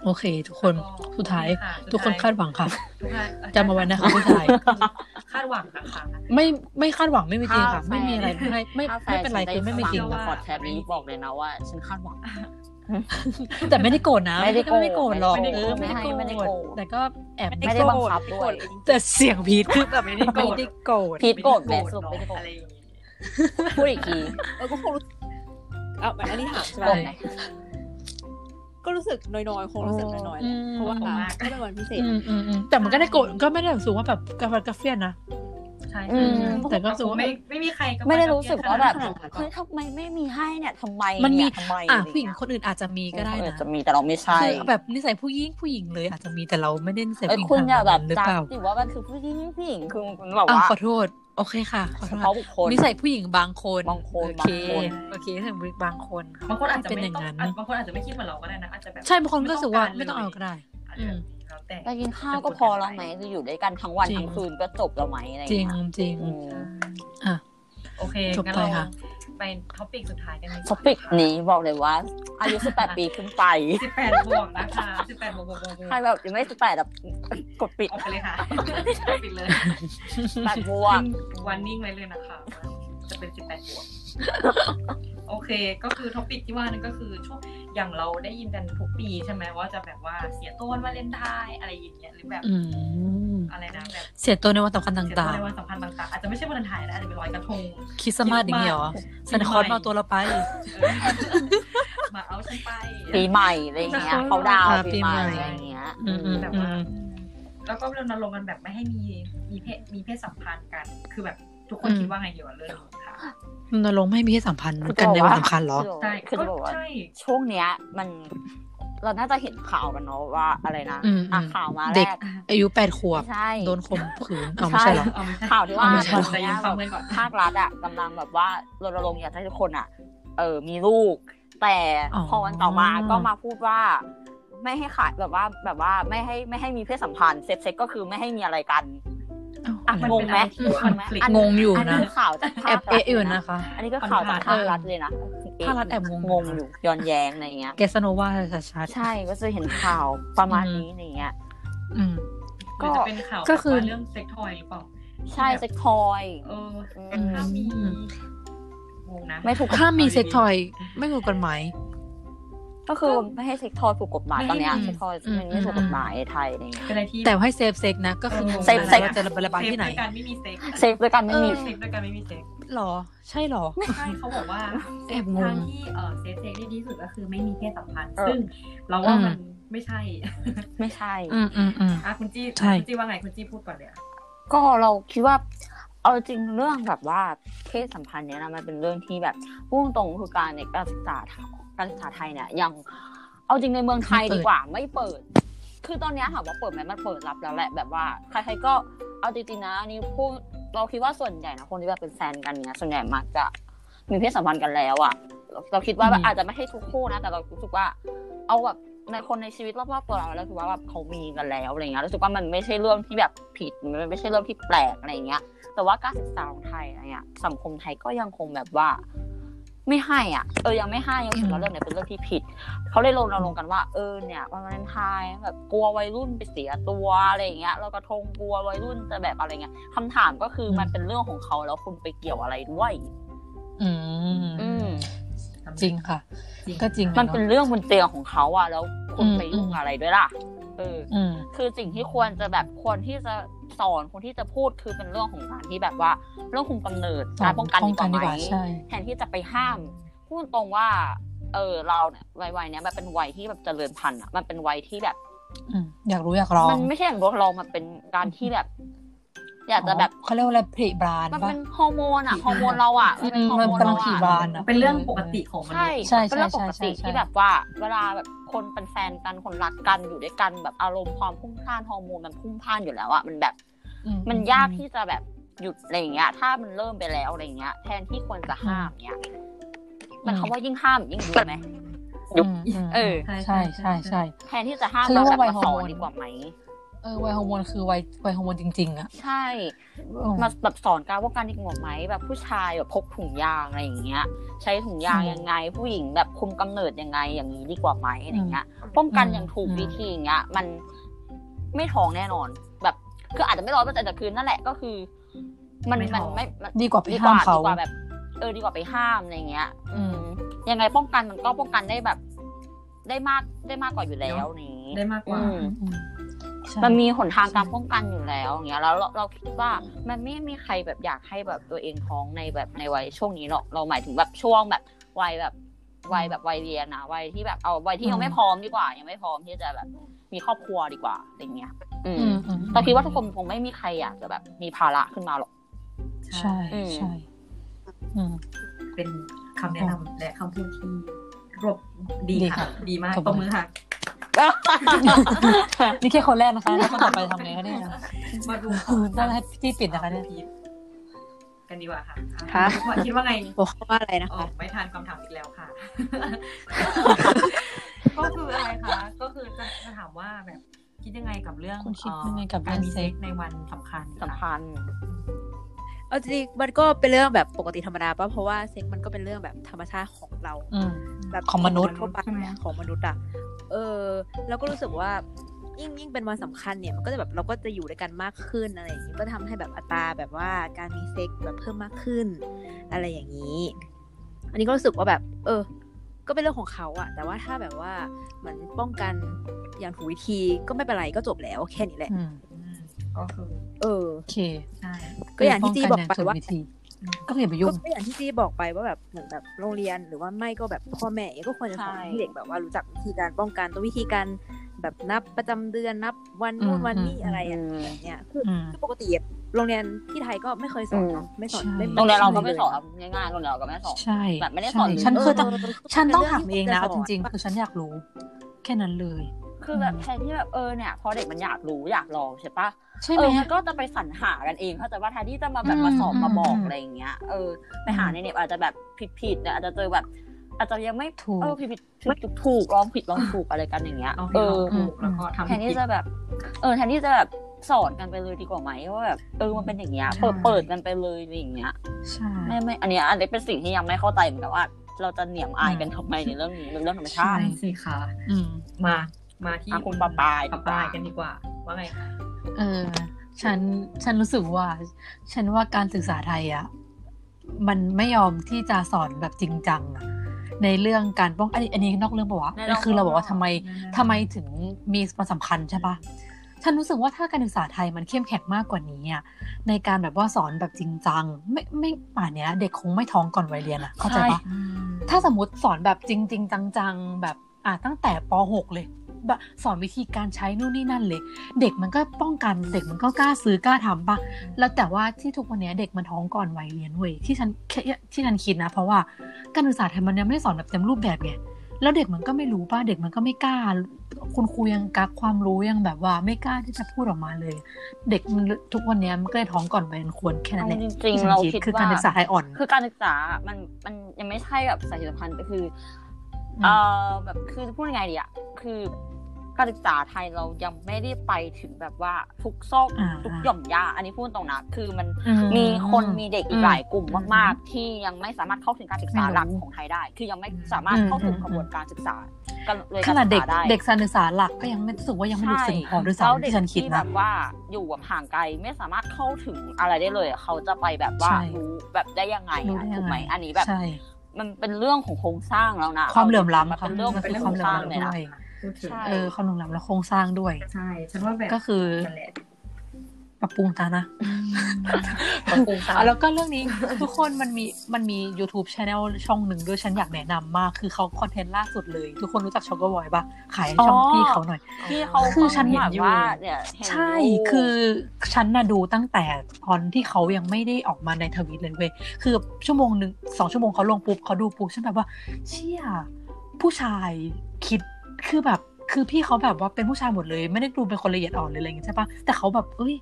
Speaker 2: โอเค ทุกคน
Speaker 1: ก็
Speaker 2: สุดท้าย
Speaker 1: ะ
Speaker 2: ทุกคนคาดหวังค่ะ
Speaker 1: ทุกคน
Speaker 2: จำเอาไว้นะคะผู้ (laughs) ชาย
Speaker 1: คาดหวังนะคะ
Speaker 2: ไม่ไม่คาดหวังไม่มีจริงค่ะ
Speaker 3: ถ้าแฟน
Speaker 2: ไม่มีอะไรไม่ไม่
Speaker 3: ถ้าแฟ
Speaker 2: ไม่เป็นไร
Speaker 3: ฉั
Speaker 2: คือไม่มีจริง
Speaker 3: ฟั
Speaker 2: ค่ะ
Speaker 3: พอดแคสต์นี้บอกเลยนะว่า ฉันคาดหวัง
Speaker 2: แต่ไม่ได้โกรธนะ
Speaker 3: ไม่ได้โกรธ
Speaker 2: ไม่ได้โกรธหรอก
Speaker 1: ไม่ได้
Speaker 2: เอ
Speaker 1: โกรธ
Speaker 2: อไม่ได้
Speaker 3: ไม่ได้
Speaker 2: โก
Speaker 3: โก
Speaker 2: รธ
Speaker 3: รธ
Speaker 2: แต่ก็แอบ
Speaker 3: ไม่ได้บังคับ
Speaker 4: ไม่
Speaker 3: ด้
Speaker 4: โก
Speaker 3: ว
Speaker 4: ร
Speaker 3: ย
Speaker 4: ธเอง
Speaker 2: แต่เสียงพีทคือแบบ
Speaker 1: ไม่
Speaker 2: ไม่
Speaker 1: ได้
Speaker 2: ได้
Speaker 1: โกรธ
Speaker 2: โกรธ
Speaker 3: พีทโกรธแหม
Speaker 1: ไม่
Speaker 3: สรุปไม่ได้โกรธ
Speaker 1: อะไรอย่างงี้
Speaker 3: พูดอีกที
Speaker 4: เออก็คงรู้เอาแบบอันนี้ถามใช่ไหม
Speaker 3: โกรธไหม
Speaker 4: ก็รู้สึกน้อยๆคงรู้สึกน้อยๆแหละเพราะว่าก็เป็นวันพิเศษ
Speaker 2: อืมอืมอืมแต่มันก็ได้โกรธก็ไม่ได้แบบสูงว่าแบบกระฟัดกระเฟียนนะ
Speaker 1: ใช่
Speaker 3: อื
Speaker 1: ใช่
Speaker 3: ม
Speaker 2: แต่ก็รู้สึกว่า
Speaker 1: ไม่ไม่มีใครก็
Speaker 3: ไม่ได้รู้สึกว่าแบบ
Speaker 1: ขนาดนั้นหรอก
Speaker 3: เฮ้ยทำไมไม่มีให้เนี่ยทำไม
Speaker 2: มันมี
Speaker 3: เยทำไม
Speaker 2: อ่ะ
Speaker 3: ไร
Speaker 2: ผู้หญิง
Speaker 3: เย
Speaker 2: คนอื่นอาจจะมีก็ได้
Speaker 3: เออ
Speaker 2: นะ
Speaker 3: จะมีแต่เราไม่ใช่
Speaker 2: คือแบบนิสัยผู้หญิงผู้หญิงเลยอาจจะมีแต่เราไม่ได้นิสัย
Speaker 3: เอ้
Speaker 2: ผู้
Speaker 3: ย
Speaker 2: หญิง
Speaker 3: คุณอย่าแบบ
Speaker 2: หรือ
Speaker 3: จั
Speaker 2: เปล่า
Speaker 3: สิว่ามันคือผู้หญิงผู้หญิงคือคุณแบบ
Speaker 2: อ้าว
Speaker 3: ว่า
Speaker 2: ขอโทษ โอเคค่ะขอ
Speaker 3: เฉ
Speaker 2: โทษ
Speaker 3: พาะบุคคล
Speaker 2: นิสัยผู้หญิงบางคน
Speaker 3: บางคน
Speaker 2: โอเค
Speaker 3: บางคน
Speaker 2: โอเคถึงบางคน
Speaker 1: บางคนอาจจะ
Speaker 2: เป็น
Speaker 1: ไม่
Speaker 2: อย่าง
Speaker 1: ต้อง
Speaker 2: นั้น
Speaker 1: อาจบางคนอาจจะไม่คิดเหมือนเราก็ได้นะอาจจะแบบ
Speaker 2: ใช่บางคนก็รู้สึกว่าไม่ต้องเอาก็
Speaker 1: รลย
Speaker 2: ได้
Speaker 1: อาจจะแบบนี้แล้วแต่
Speaker 3: ไปกินข้าวก็พอแล้วไหมจะอยู่ด้วยกันทั้งวัน
Speaker 2: จริง
Speaker 3: ทั้งคืนก็จบแล้วไหมอะไรอ
Speaker 2: จริ
Speaker 3: ย่าง งเงี้ย
Speaker 2: จริง
Speaker 3: อืม
Speaker 2: อ่ะ
Speaker 1: โอเค
Speaker 2: จบ
Speaker 1: งั้น
Speaker 2: ไป
Speaker 1: เรา
Speaker 2: ค่ะ
Speaker 1: ไปท็อปิกสุดท้ายกันเลย
Speaker 3: ท็อปิกนี้บอกเลยว่า อายุ 18 ปีขึ้นไป
Speaker 1: สิบแปดบวกนะคะสิบแปดบวกบวกบวกบวก
Speaker 3: ใครแบบยังไม่18แบบกดปิด
Speaker 1: ออกไปเลยค่ะปิดเลย
Speaker 3: แปดบวก
Speaker 1: วันนิ่งไว้เลยนะคะจะเป็นสิบแปดบวกโอเค ก็คือท็อปิกที่ว่านั่นก็คือช่วงอย่างเราได้ยินกันทุกปีใช่ไหมว่าจะแบบว่าเสียต้นวาเลนไทน์อะไรอย่างเงี้ยหรือแบบ
Speaker 2: อืม
Speaker 1: อะไรนะแบบ
Speaker 2: เสียตัวในวันสำคัญ
Speaker 1: เสียต้
Speaker 2: ต่าน ง
Speaker 1: ในวันสำคัญต่างๆอาจจะไม่ใช่วาเลนไทน์นะอาจจะเป็นลอยกระทง
Speaker 2: ๆคริสต์มาสอย่างเงี้ยเหรอ
Speaker 1: เยอะมาก
Speaker 2: ซันตาคลอสมาเอาตัวเราไป
Speaker 1: เออมาเอาฉันไป
Speaker 3: ปีใหม่อะไรอย่างเงี้ยเขาดาวน์ปีใหม่อะไรอย่างเงี้ย
Speaker 2: อืมอืม
Speaker 1: แบบว่าแล้วก็รณรงค์กันแบบไม่ให้มีมีเพศมีเพศสัมพันธ์กัน คือแบบทุกคน
Speaker 2: อืม
Speaker 1: คิดว่าไงเกี่ยวกับเรื่องนี้ค่ะ
Speaker 2: นรงค์ไม่ให้มีเพศสัมพันธ์กันในวันสำคัญเหรอ
Speaker 1: ใช่
Speaker 3: คือจะบอกว่า
Speaker 1: ใช่
Speaker 3: ช่วงเนี้ยมันเราน่าจะเห็นข่าวกันเนาะว่าอะไรนะ
Speaker 2: อืมอืม
Speaker 3: อ่ะข่าวมาแร
Speaker 2: เด็ก
Speaker 3: ก
Speaker 2: อายุแปดขวบ
Speaker 3: ใช่
Speaker 2: โดนข่มขืนเอาไม่ใช่เหรอ
Speaker 1: เอาไม่ใช่
Speaker 3: ข่าวที่ว่า
Speaker 2: ไม่ใช่
Speaker 3: ตอน
Speaker 1: ใจ
Speaker 3: เนี้
Speaker 1: เย็
Speaker 3: ย
Speaker 1: น
Speaker 3: แบ
Speaker 1: ฟัง
Speaker 3: บ
Speaker 1: ไว้ก่อน
Speaker 3: ภาครัฐอ่ะกำลังแบบว่ารณรงค์อยากให้ทุกคนอ่ะ เออมีลูก แต่
Speaker 2: อ๋อ
Speaker 3: พอวันต่อมาก็มาพูดว่า ไม่ให้ขายแบบว่าแบบว่าไม่ให้ไม่ให้มีเพศสัมพันธ์เซ็กเซ็กก็คือไม่ให้มีอะไรกัน
Speaker 2: เอ้า
Speaker 3: อ่ะ
Speaker 2: อะไร
Speaker 3: งงไหม
Speaker 1: ที่คอนฟ lict
Speaker 3: อัน
Speaker 2: งงอยู่
Speaker 3: อั
Speaker 2: นะ
Speaker 3: คือข่าวจากภา
Speaker 2: แอบ
Speaker 3: ครั
Speaker 2: เอะ
Speaker 3: ฐ
Speaker 2: อยู่
Speaker 3: ลย
Speaker 2: นะคะ
Speaker 3: อันนี้ก็ข่าวจากภาครัฐเลยนะ
Speaker 2: ภาครัฐแอบงง
Speaker 3: งงอยู่ย้อนแย้งอะไรอย่างเงี้ย
Speaker 2: เกสโนวาชัดๆ
Speaker 3: ใช่ก็จะเห็นข่าวประมาณ
Speaker 2: อืม
Speaker 3: นี้อะไรอย่างเงี้ย
Speaker 2: อืม
Speaker 1: ก็จะเป็นข่าว
Speaker 2: ก็คือ
Speaker 1: แบบว่าเรื่องเซ็กทอยหรือเปล่า
Speaker 3: ใช่เซ็กทอย
Speaker 1: เออ
Speaker 3: อืม
Speaker 1: เป็นห้ามมีงงนะ
Speaker 3: ไม่ถูก
Speaker 2: ถ้ามี
Speaker 1: เอาดีๆ
Speaker 2: เซ็กทอยไม่ถูกกฎหมาย
Speaker 3: ก็คือไม่ให้เซ็กทอยถูกกฎหมาย
Speaker 1: ไม่
Speaker 3: ตอนเนี้ย
Speaker 1: ให้มี
Speaker 3: เซ็กทอย
Speaker 2: อืม
Speaker 3: มันไม่ถูกกฎหมายในไทยอะไรอย่างเงี้ย
Speaker 1: เป็นอะไรที่
Speaker 2: แต่ให้เซฟเซ็กนะก็คืองง
Speaker 3: เซฟเซ็ก
Speaker 2: ว่าจะไประบายที่ไหน
Speaker 1: เซฟด้วยการไม่มีเซ็ก
Speaker 3: เซ็ก
Speaker 1: เซฟด้
Speaker 3: ด้วยกันไม่มี
Speaker 1: วยการไม่มีเซ็ก
Speaker 2: หรอ ใช่หรอ
Speaker 1: ใช่เขาบอกว่า
Speaker 2: แอบง
Speaker 1: ทาง งที่เออเซฟเซฟที่ดีที่สุดก็คือไม่มีเพศสัมพันธ์
Speaker 3: เออ
Speaker 1: ซึ่งเราว่า
Speaker 2: อืม
Speaker 1: มันไม่ใช่
Speaker 3: ไม่ใช่
Speaker 2: อืมอืมอืม
Speaker 1: อ่ะคุณจี้
Speaker 2: ใช่
Speaker 1: คุณจี้ว่าไงคุณจี้พูดก่อนเลยอ่ะ
Speaker 3: ก็เราคิดว่า เอาจริงเรื่องแบบว่าเพศสัมพันธ์เนี้ยนะมันเป็นเรื่องที่แบบพูดตรงๆคือการในการศึกษาการศึกษาไทยเนี่ยยังเอาจริงในเมืองไทย
Speaker 2: ไม่เปิด
Speaker 3: ดีกว่า ไม่เปิด คือตอนเนี้ยถามว่าเปิดไหมมันเปิดรับแล้วแหละแบบว่าใครๆก็เอาจริงๆนะอันนี่พูดเราคิดว่าส่วนใหญ่นะคนที่แบบเป็นแฟนกันเนี่ยส่วนใหญ่มักจะมีเพศสัมพันธ์กันแล้วอะเราเราคิดว่าแบบอาจจะไม่ให้ทุกคู่นะแต่เรารู้สึกว่า เอาแบบในคนในชีวิตรอบๆตัวเราแล้วคือว่าแบบเขามีกันแล้วอะไรเงี้ยรู้สึกว่ามันไม่ใช่เรื่องที่แบบผิดมันไม่ใช่เรื่องที่แปลกอะไรเงี้ย แต่ว่าการศึกษาของไทยอะไรเงี้ยสังคมไทยก็ยังคงแบบว่า ไม่ให้อ่ะเออยังไม่ให้ยังถือว่าเรื่องเนี้ยเป็นเรื่องที่ผิด เขาเลยรณรงค์กันว่าเออเนี่ยวันวาเลนไทน์แบบกลัววัยรุ่นไปเสียตัวอะไรอย่างเงี้ยเรากระทงกลัววัยรุ่นจะแบบอะไรเงี้ยคำถามก็คืออ
Speaker 2: ม
Speaker 3: มันเป็นเรื่องของเขาแล้วคุณไปเกี่ยวอะไรด้วย
Speaker 2: อืม
Speaker 3: อืม
Speaker 2: จริงค่ะ ก็จริง
Speaker 3: มันเป็น
Speaker 2: อะ
Speaker 3: เรื่องบนเตียงของเขาอ่ะแล้วคุณ
Speaker 2: อืม
Speaker 3: ไปยุ่งอะไรด้วยล่ะเออ
Speaker 2: อืม
Speaker 3: คือสิ่งที่ควรจะแบบควรที่จะสอนควรที่จะพูดคือเป็นเรื่องของการที่แบบว่าเรื่องคุมกำเนิด
Speaker 2: สอน
Speaker 3: การป้องกัน
Speaker 2: ป้อ
Speaker 3: ดี
Speaker 2: ง
Speaker 3: ก
Speaker 2: กัน
Speaker 3: ว่าไห
Speaker 2: ดีกว่า
Speaker 3: ม
Speaker 2: ใช่
Speaker 3: แทนที่จะไปห้าม พูดตรงว่า เออเราเนี่ยวัยวัยเนี้ยมันเป็นวัยที่แบบเจริญพันธุ์อ่ะมันเป็นวัยที่แบบ
Speaker 2: อืมอยากรู้อยากลอง
Speaker 3: มันไม่ใช่อย่างรวดลองมันเป็นการที่แบบ อยากจะแบบ
Speaker 2: เขาเรียกว่าอะไรพรีบราน
Speaker 3: มัน
Speaker 2: ปะ
Speaker 3: เป็นฮอร์โมนอะฮอร์โมนเราอะมันเป็นฮอร์
Speaker 2: มัน
Speaker 3: โมน
Speaker 2: เป็น
Speaker 3: เรา
Speaker 2: ผี
Speaker 3: อะ
Speaker 2: บานอะ
Speaker 1: เป็นเรื่องปกติของมนุษย์
Speaker 3: ใช่
Speaker 2: ใช่
Speaker 3: เป็นเรื่องปกติ
Speaker 2: ใช่ใช่ใช่
Speaker 3: ที่แบบว่า เวลาแบบคนเป็นแฟนกันคนรักกันอยู่ด้วยกันแบบอารมณ์ความพุ่งพล่านฮอร์โมนมันพุ่งพล่านอยู่แล้วอะมันแบบ
Speaker 2: อื
Speaker 3: มันยากที่จะแบบหยุดอะไรอย่างเงี้ย ถ้ามันเริ่มไปแล้วอะไรอย่างเงี้ย แทนที่ควรจะห้ามเนี้ย มันคำว่ายิ่งห้ามยิ่งดีไหม
Speaker 2: อืมม
Speaker 3: เออ
Speaker 2: ใช่ใช่ใช่
Speaker 3: แทนที่จะห้าม
Speaker 2: เขาเรียกว่า
Speaker 3: แบบ
Speaker 2: วัยฮ
Speaker 3: มา
Speaker 2: อร์
Speaker 3: ส
Speaker 2: โม
Speaker 3: อน นดีกว่าไหม
Speaker 2: เออวัยฮอร์โมนคือวัยวัยฮอร์โมนจริง ๆ อ่ะ
Speaker 3: ใช่มาแบบสอนการว่าการดีกว่าไหมแบบผู้ชายแบบพกถุงยางอะไรอย่างเงี้ย ใช้ถุงยางยังไง ผู้หญิงแบบคุมกำเนิดยังไงอย่างนี้ดีกว่าไหมอะไรอย่างเงี้ย ป้องกันอย่างถูกวิธีอย่างเงี้ยมันไม่ท้องแน่นอน แบบคืออาจจะไม่ร้อยเปอร์เซ็นต์แต่คือนั่นแหละก็คือ มัน
Speaker 1: ไม่ท้
Speaker 3: มั
Speaker 1: อน ง
Speaker 3: ไม่มัน
Speaker 2: ดีกว่าไป
Speaker 3: ดีก
Speaker 2: ห้าม
Speaker 3: ว่า
Speaker 2: เขา
Speaker 3: ดีกว่าแบบ เออดีกว่าไปห้ามอะไรอย่างเงี้ย
Speaker 2: อืม
Speaker 3: ยังไงป้องกันมันก็ป้องกันได้แบบ ได้มากได้มากกว่าอยู่แล้วนี้
Speaker 1: ได้มากกว่า
Speaker 3: อื
Speaker 2: อืมอืมใช่
Speaker 3: มันมีหนทางการป้องกันอยู่แล้วอย่างเงี้ยแล้วเราเราคิดว่ามันไม่มีใครแบบอยากให้แบบตัวเองท้องในแบบในวัยช่วงนี้หรอกเราหมายถึงแบบช่วงแบบวัยแบบวัยแบบวัยเรียนนะวัยที่แบบเอาวัยที่ยังไม่
Speaker 2: อืม
Speaker 3: พร้อมดีกว่า ยังไม่พร้อมที่จะแบบมีครอบครัวดีกว่าอะไรเงี้ย อื
Speaker 2: อืม
Speaker 3: ม
Speaker 2: อืม
Speaker 3: เราคิดว่าทุกคนคงไม่มีใครอยากจะแบบมีภาระขึ้นมาหรอก
Speaker 2: ใช่ใช่อื
Speaker 3: (laughs)
Speaker 2: ม
Speaker 1: เป็นคำแนะนำและคำพูดที่รวบดี
Speaker 2: ดี
Speaker 1: ค่ะ
Speaker 2: ค่ะ
Speaker 1: ดีมาก
Speaker 2: ขอบ
Speaker 1: ต
Speaker 2: คุณ
Speaker 1: บมือค่ะ
Speaker 2: นี่แค่คนแรกนะคะแล้วคนต่อไปทำไงคะเนี่ย
Speaker 1: มาดู
Speaker 2: น่าจะให้พี่ปิดนะคะเนี่ย
Speaker 1: พีทกันดีกว่าค่ะ
Speaker 4: ค่ะ
Speaker 1: อ่คิด
Speaker 2: (laughs)
Speaker 1: ว่าไง
Speaker 4: บอกเขาว่าอะไรนะ
Speaker 1: ออ
Speaker 4: คะ
Speaker 1: กไม่ทานคำถามอีกแล้วค่ะ ก็คืออะไรคะ ก็คือจะจะถามว่าแบบคิดยังไงกับเรื่อง
Speaker 2: คุณคิดยังไงกับเรื่อง
Speaker 1: ารมี
Speaker 2: เซ็
Speaker 1: เซ็
Speaker 2: ก
Speaker 1: กในวันสำคัญ
Speaker 3: สัม
Speaker 1: ค่ะ
Speaker 3: พันธ์
Speaker 4: เอาจริงๆมันก็เป็นเรื่องแบบปกติธรรมดาป่ะเพราะว่าเซ็กมันก็เป็นเรื่องแบบธรรมชาติของเรา
Speaker 2: อืม
Speaker 4: แบบ
Speaker 2: ของมนุษย์
Speaker 4: ทั่วไปอะของมนุษย์อะเออ แล้วก็รู้สึกว่ายิ่งยิ่งเป็นวันสำคัญเนี่ยมันก็จะแบบเราก็จะอยู่ด้วยกันมากขึ้นอะไรอย่างนี้ก็ทำให้แบบอัตราแบบว่าการมีเซ็กซ์แบบเพิ่มมากขึ้น อะไรอย่างนี้ อันนี้ก็รู้สึกว่าแบบ เออ ก็เป็นเรื่องของเขาอะแต่ว่าถ้าแบบว่าเหมือนป้องกันอย่างถูกวิธีก็ไม่เป็นไรก็จบแล้วแค่นี้แหละ
Speaker 2: อืม
Speaker 1: อืมก็คือ
Speaker 4: เออ
Speaker 2: โอเค
Speaker 1: ใช่
Speaker 4: ก็อย่างที่จีบอกไป
Speaker 2: ป้งน
Speaker 4: ว่า
Speaker 2: ย่งถูธีก็อย่าไปยุ่ง
Speaker 4: ก็อย่างที่จีบอกไปว่าแบบเหมือนแบบโรงเรียนหรือว่าไม่ก็แบบพ่อแม่เองก็ควรจะสอน
Speaker 3: ใช่
Speaker 4: ให้เด็กแบบว่ารู้จักวิธีการป้องกันตัววิธีการแบบนับประจำเดือนนับวัน
Speaker 2: อืม
Speaker 4: นู่นวันนี้
Speaker 2: อืม
Speaker 4: อะไรอย่างเงี้ยคือ
Speaker 2: อืม
Speaker 4: คือปกติโรงเรียนที่ไทยก็ไม่เคยสอนเนอะไม่สอน
Speaker 2: ใช่
Speaker 4: ไม่
Speaker 3: โรงเรียนเราก็
Speaker 4: ล
Speaker 3: ไม่สอนง่ายๆโรงเรียนเราก็ไม่สอน
Speaker 2: ใช่
Speaker 3: แบบไม่ได้สอน
Speaker 2: ใช่ฉัน
Speaker 3: เลย
Speaker 2: เคยต้อง
Speaker 4: เ
Speaker 2: ฉันต้องถามเองนะเอา
Speaker 4: ป็
Speaker 2: จ
Speaker 4: นเอ
Speaker 2: ริง
Speaker 4: ที่
Speaker 2: ๆคือฉันอยากรู้ แค่นั้นเลย
Speaker 3: คือแบบแทนที่แบบเออเนี่ยพอเด็กมันอยากรู้อยากลองใช่ปะ
Speaker 2: ใช่
Speaker 3: เอ
Speaker 2: ไหม
Speaker 3: อมันก็จะไปสรรหากันเองเข้าใจว่าแทนที่จะมาแบบ
Speaker 2: อืม
Speaker 3: มาสอบมาบอก
Speaker 2: อืม
Speaker 3: อะไรอย่างเงี้ย เออไปหาในเน็ตอาจจะแบบผิดผิดๆเนี่ยอาจจะเจอแบบ อาจจะยังไม่
Speaker 2: ถูก
Speaker 3: เออผิดผิดถูกถูกลองผิดลองถูกอะไรกันอย่างเงี้ย
Speaker 1: เอาให้
Speaker 3: เอ
Speaker 1: ล
Speaker 3: อ
Speaker 1: องถูกแล้วก็ทำ
Speaker 3: แท
Speaker 1: ให้
Speaker 3: น
Speaker 1: ผิ
Speaker 3: ที่
Speaker 1: ด
Speaker 3: จะแบบ เออแทนที่จะแบบสอนกันไปเลยดีกว่าไหมว่าแบบเออมันเป็นอย่างเงี้ย
Speaker 2: ใช่
Speaker 3: เปิดเปิดกันไปเลยอะไรอย่างเงี้ย
Speaker 2: ใช่
Speaker 3: ไม่ไม่อันเนี้ยอันนี้เป็นสิ่งที่ยังไม่เข้าใจเหมือนกันว่า เราจะเหนี่ยมอายกันทำไมในเรื่องนี้เป็นเรื่องธรรมชา
Speaker 1: ใช่
Speaker 3: ติ
Speaker 1: สิค่ะ
Speaker 2: อืม
Speaker 1: มา มาที่
Speaker 3: อ่ะคุณปะปาย
Speaker 1: ปะปายกันดีกว่า ว่าไงคะ
Speaker 2: เออฉันฉันรู้สึกว่า ฉันว่าการศึกษาไทยอะมันไม่ยอมที่จะสอนแบบจริงจังอะในเรื่องการป้องอันนี้อันนี้นอกเรื่องปะวะ
Speaker 3: ในเรื่อง
Speaker 2: คือเราบอกว่าทำไมทำไมถึงมีมันสำคัญใช่ปะฉันรู้สึกว่าถ้าการศึกษาไทยมันเข้มแข็งมากกว่านี้อะในการแบบว่าสอนแบบจริงจังไม่ไม่ป่านเนี้ย เด็กคงไม่ท้องก่อนวัยเรียนอะเข้าใจปะ
Speaker 1: อืม
Speaker 2: ถ้าสมมติสอนแบบจริงจริงจังๆ แบบอ่ะตั้งแต่ป .6 เลยแบบสอนวิธีการใช้นู่นนี่นั่นเลย เด็กมันก็ป้องกันเด็กมันก็กล้าซื้อกล้าทำปะแล้วแต่ว่าที่ทุกวันเนี้ยเด็กมันท้องก่อนวัยเรียนเว้ยที่ฉันที่ฉันคิดนะ เพราะว่าการศึกษาไทยมันยังไม่ได้สอนแบบเต็มรูปแบบไงแล้วเด็กมันก็ไม่รู้ป่ะเด็กมันก็ไม่กล้า คุณครูยังกักความรู้ยังแบบว่าไม่กล้าที่จะพูดออกมาเลย เด็กมันทุกวันเนี้ยมันก็เลยท้องก่อนวัยอันควรแค่นั้นแหละ
Speaker 3: เอาจริง
Speaker 2: ที่
Speaker 3: ๆ
Speaker 2: ฉัน
Speaker 3: เราคิด
Speaker 2: คือการ
Speaker 3: ว่า
Speaker 2: ศึกษาไทยอ่อน
Speaker 3: คือการศึกษา มัน มันยังไม่ใช่แบบสายสัมพันธ์ก็คืออ
Speaker 2: ม
Speaker 3: เออแบบคือพูดยังไงดีอะคือการศึกษาไทยเรายังไม่ได้ไปถึงแบบว่าทุกซอก
Speaker 2: อ่า
Speaker 3: ทุกหย่อมยาอันนี้พูดตรงนะคือมัน
Speaker 2: อืม
Speaker 3: มีคน
Speaker 2: อืม
Speaker 3: มีเด็กอี
Speaker 2: อื
Speaker 3: ก
Speaker 2: ม
Speaker 3: หลายกลุ่มมาก ๆ ที่ยังไม่สามารถเข้าถึงการศึกษา
Speaker 2: ไม่รู้
Speaker 3: หลักของไทยได้ คือยังไม่สามารถ
Speaker 2: อืม
Speaker 3: เข้าถึง
Speaker 2: อืม
Speaker 3: กระบวนการศึกษากันเลย
Speaker 2: ข
Speaker 3: การ
Speaker 2: นาด
Speaker 3: ศึ
Speaker 2: เด็ก
Speaker 3: กษาได้
Speaker 2: เด็กการศึกษาหลักก็ยังไม่รู้สึกว่ายังไม่รู้สึกพอด้วย
Speaker 3: แล้ว
Speaker 2: ซ้ำ
Speaker 3: เด็ก
Speaker 2: ที่ฉันคิด
Speaker 3: ที่แบ
Speaker 2: นะ
Speaker 3: บว่าอยู่แบบห่างไกลไม่สามารถเข้าถึงอะไรได้เลยอะเขาจะไปแบบว่า
Speaker 2: ใช่
Speaker 3: รู้แบบได้ยังไงอะ
Speaker 2: รู้ได้ยังไง
Speaker 3: ถูกไหมอันนี้แบบ
Speaker 2: ใช่
Speaker 3: มันเป็นเรื่องของโครงสร้างแล้วนะ
Speaker 2: ความเหลื่อม
Speaker 3: มั
Speaker 2: ล้ำ
Speaker 3: น
Speaker 2: ค่ะ
Speaker 3: เป็นเรื่องของ
Speaker 2: น
Speaker 3: โค
Speaker 2: คว
Speaker 3: ร
Speaker 2: ม
Speaker 3: ง
Speaker 2: เหลื่อม
Speaker 3: สร้างเลย
Speaker 2: ล้ำด้
Speaker 3: นะ
Speaker 2: วย
Speaker 1: พูดถึง
Speaker 3: ใช่
Speaker 2: เออความเหลื่อมล้ำและโครงสร้างด้วย
Speaker 1: ใช่ ฉันว่าแบบ
Speaker 2: ก็คือ
Speaker 1: นั่นแหละ
Speaker 2: ปรับปรุงตานะ
Speaker 1: ปรับปรุงตาม
Speaker 2: อ่ะแล้วก็เรื่องนี้ ทุกคนมันมีมันมี YouTube Channel ช่องหนึ่งด้วยฉันอยากแนะนำมาก คือเขาคอนเทนต์ล่าสุดเลย ทุกคนรู้จักช็อกโกบอยปะขายช่อง
Speaker 3: อ๋อ
Speaker 2: พี่เขาหน่อย
Speaker 3: ที่เขา
Speaker 2: คือฉันเห็น
Speaker 3: แบบ
Speaker 2: อยู่
Speaker 3: ว่าเนี่ยเห็น
Speaker 2: ใช่
Speaker 3: อยู่
Speaker 2: คือฉันน่ะดูตั้งแต่ตอนที่เขายังไม่ได้ออกมาในทวิตเลยเว้ยคือชั่วโมงหนึ่งสองชั่วโมงเขาลงปุ๊บเขาดูปุ๊บฉันแบบว่า เชี่ยผู้ชายคิดคือแบบ คือพี่เขาแบบว่าเป็นผู้ชายหมดเลย ไม่ได้ดูเป็นคนละเอียดอ่อนเลยอะไรอย่างเงี้ยใช่ปะแต่เขาแบบเอ้ย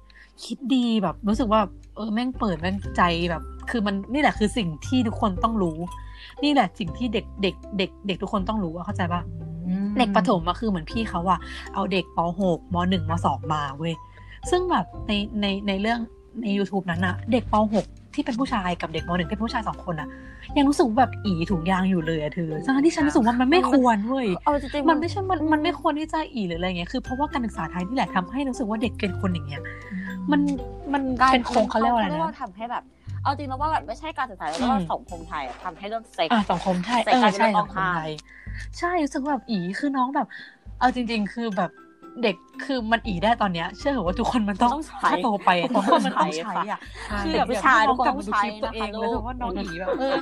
Speaker 2: คิดดีแบบรู้สึกว่าเออแม่งเปิดแม่งใจแบบ คือมันนี่แหละคือสิ่งที่ทุกคนต้องรู้ นี่แหละสิ่งที่เด็กเด็กเด็กเด็กทุกคนต้องรู้อะเข้าใจปะ เด็กประถมอะคือเหมือนพี่เขาอะเอาเด็กป .6 ม .1 ม .2 มาเว้ยซึ่งแบบในในในเรื่องใน YouTube นั้นอะเด็กป .6 ที่เป็นผู้ชายกับเด็กม .1 ที่เป็นผู้ชายสองคนอะยังรู้สึกแบบอีถุงยางอยู่เลยอะเธอทั้งที่ฉันรู้สึกว่ามันไม่ควรเว้ย
Speaker 3: เอาจริงๆ
Speaker 2: มันไม่ใช่มันมันไม่ควรที่จะอีหรืออะไรเงี้ย คือเพราะว่าการศึกษาไทยนี่แหละทำให้รู้สึกว่าเด็กเกินคนอย่างเงี้ย มันมันเป็นโครงเขาเรียกว่าอะไร
Speaker 3: ข
Speaker 2: นะ
Speaker 3: ทำให้แบบ เอาจริงแล้วว่าแบบไม่ใช่การศึกษาแล้วว่า
Speaker 2: อืม
Speaker 3: สังคมไทยอะทำให้เรื่องเซ็ก
Speaker 2: อ่ะสังคมไทย
Speaker 3: ใส่
Speaker 2: เออ
Speaker 3: การ
Speaker 2: ใช่
Speaker 3: เป็นเรื่อง
Speaker 2: สังคมไทยใช่รู้สึกว่าแบบอีคือน้องแบบ เอาจริง ๆ คือแบบเด็กคือมันอีได้ตอนเนี้ย เชื่อเหรอว่าทุกคนมันต้อง
Speaker 3: ต้องใช้
Speaker 2: ถ้าโตไปอะ
Speaker 3: ต้
Speaker 2: ทุก
Speaker 3: องใช้
Speaker 2: คนมันต้องใช้อ่ะ
Speaker 1: ใช่
Speaker 2: คือ
Speaker 3: เด็
Speaker 2: แบ
Speaker 3: ก
Speaker 2: บ
Speaker 3: ผู้ชาย
Speaker 2: องกลับ
Speaker 3: ทุ
Speaker 2: มาก ดู
Speaker 3: คน
Speaker 2: คลิป
Speaker 3: ต้
Speaker 2: ตั
Speaker 3: อ
Speaker 2: ว
Speaker 3: งใช้
Speaker 2: เอง
Speaker 3: นะคะ
Speaker 2: แล้ว
Speaker 3: ลูก
Speaker 2: ว่าน้องอีแบบเออ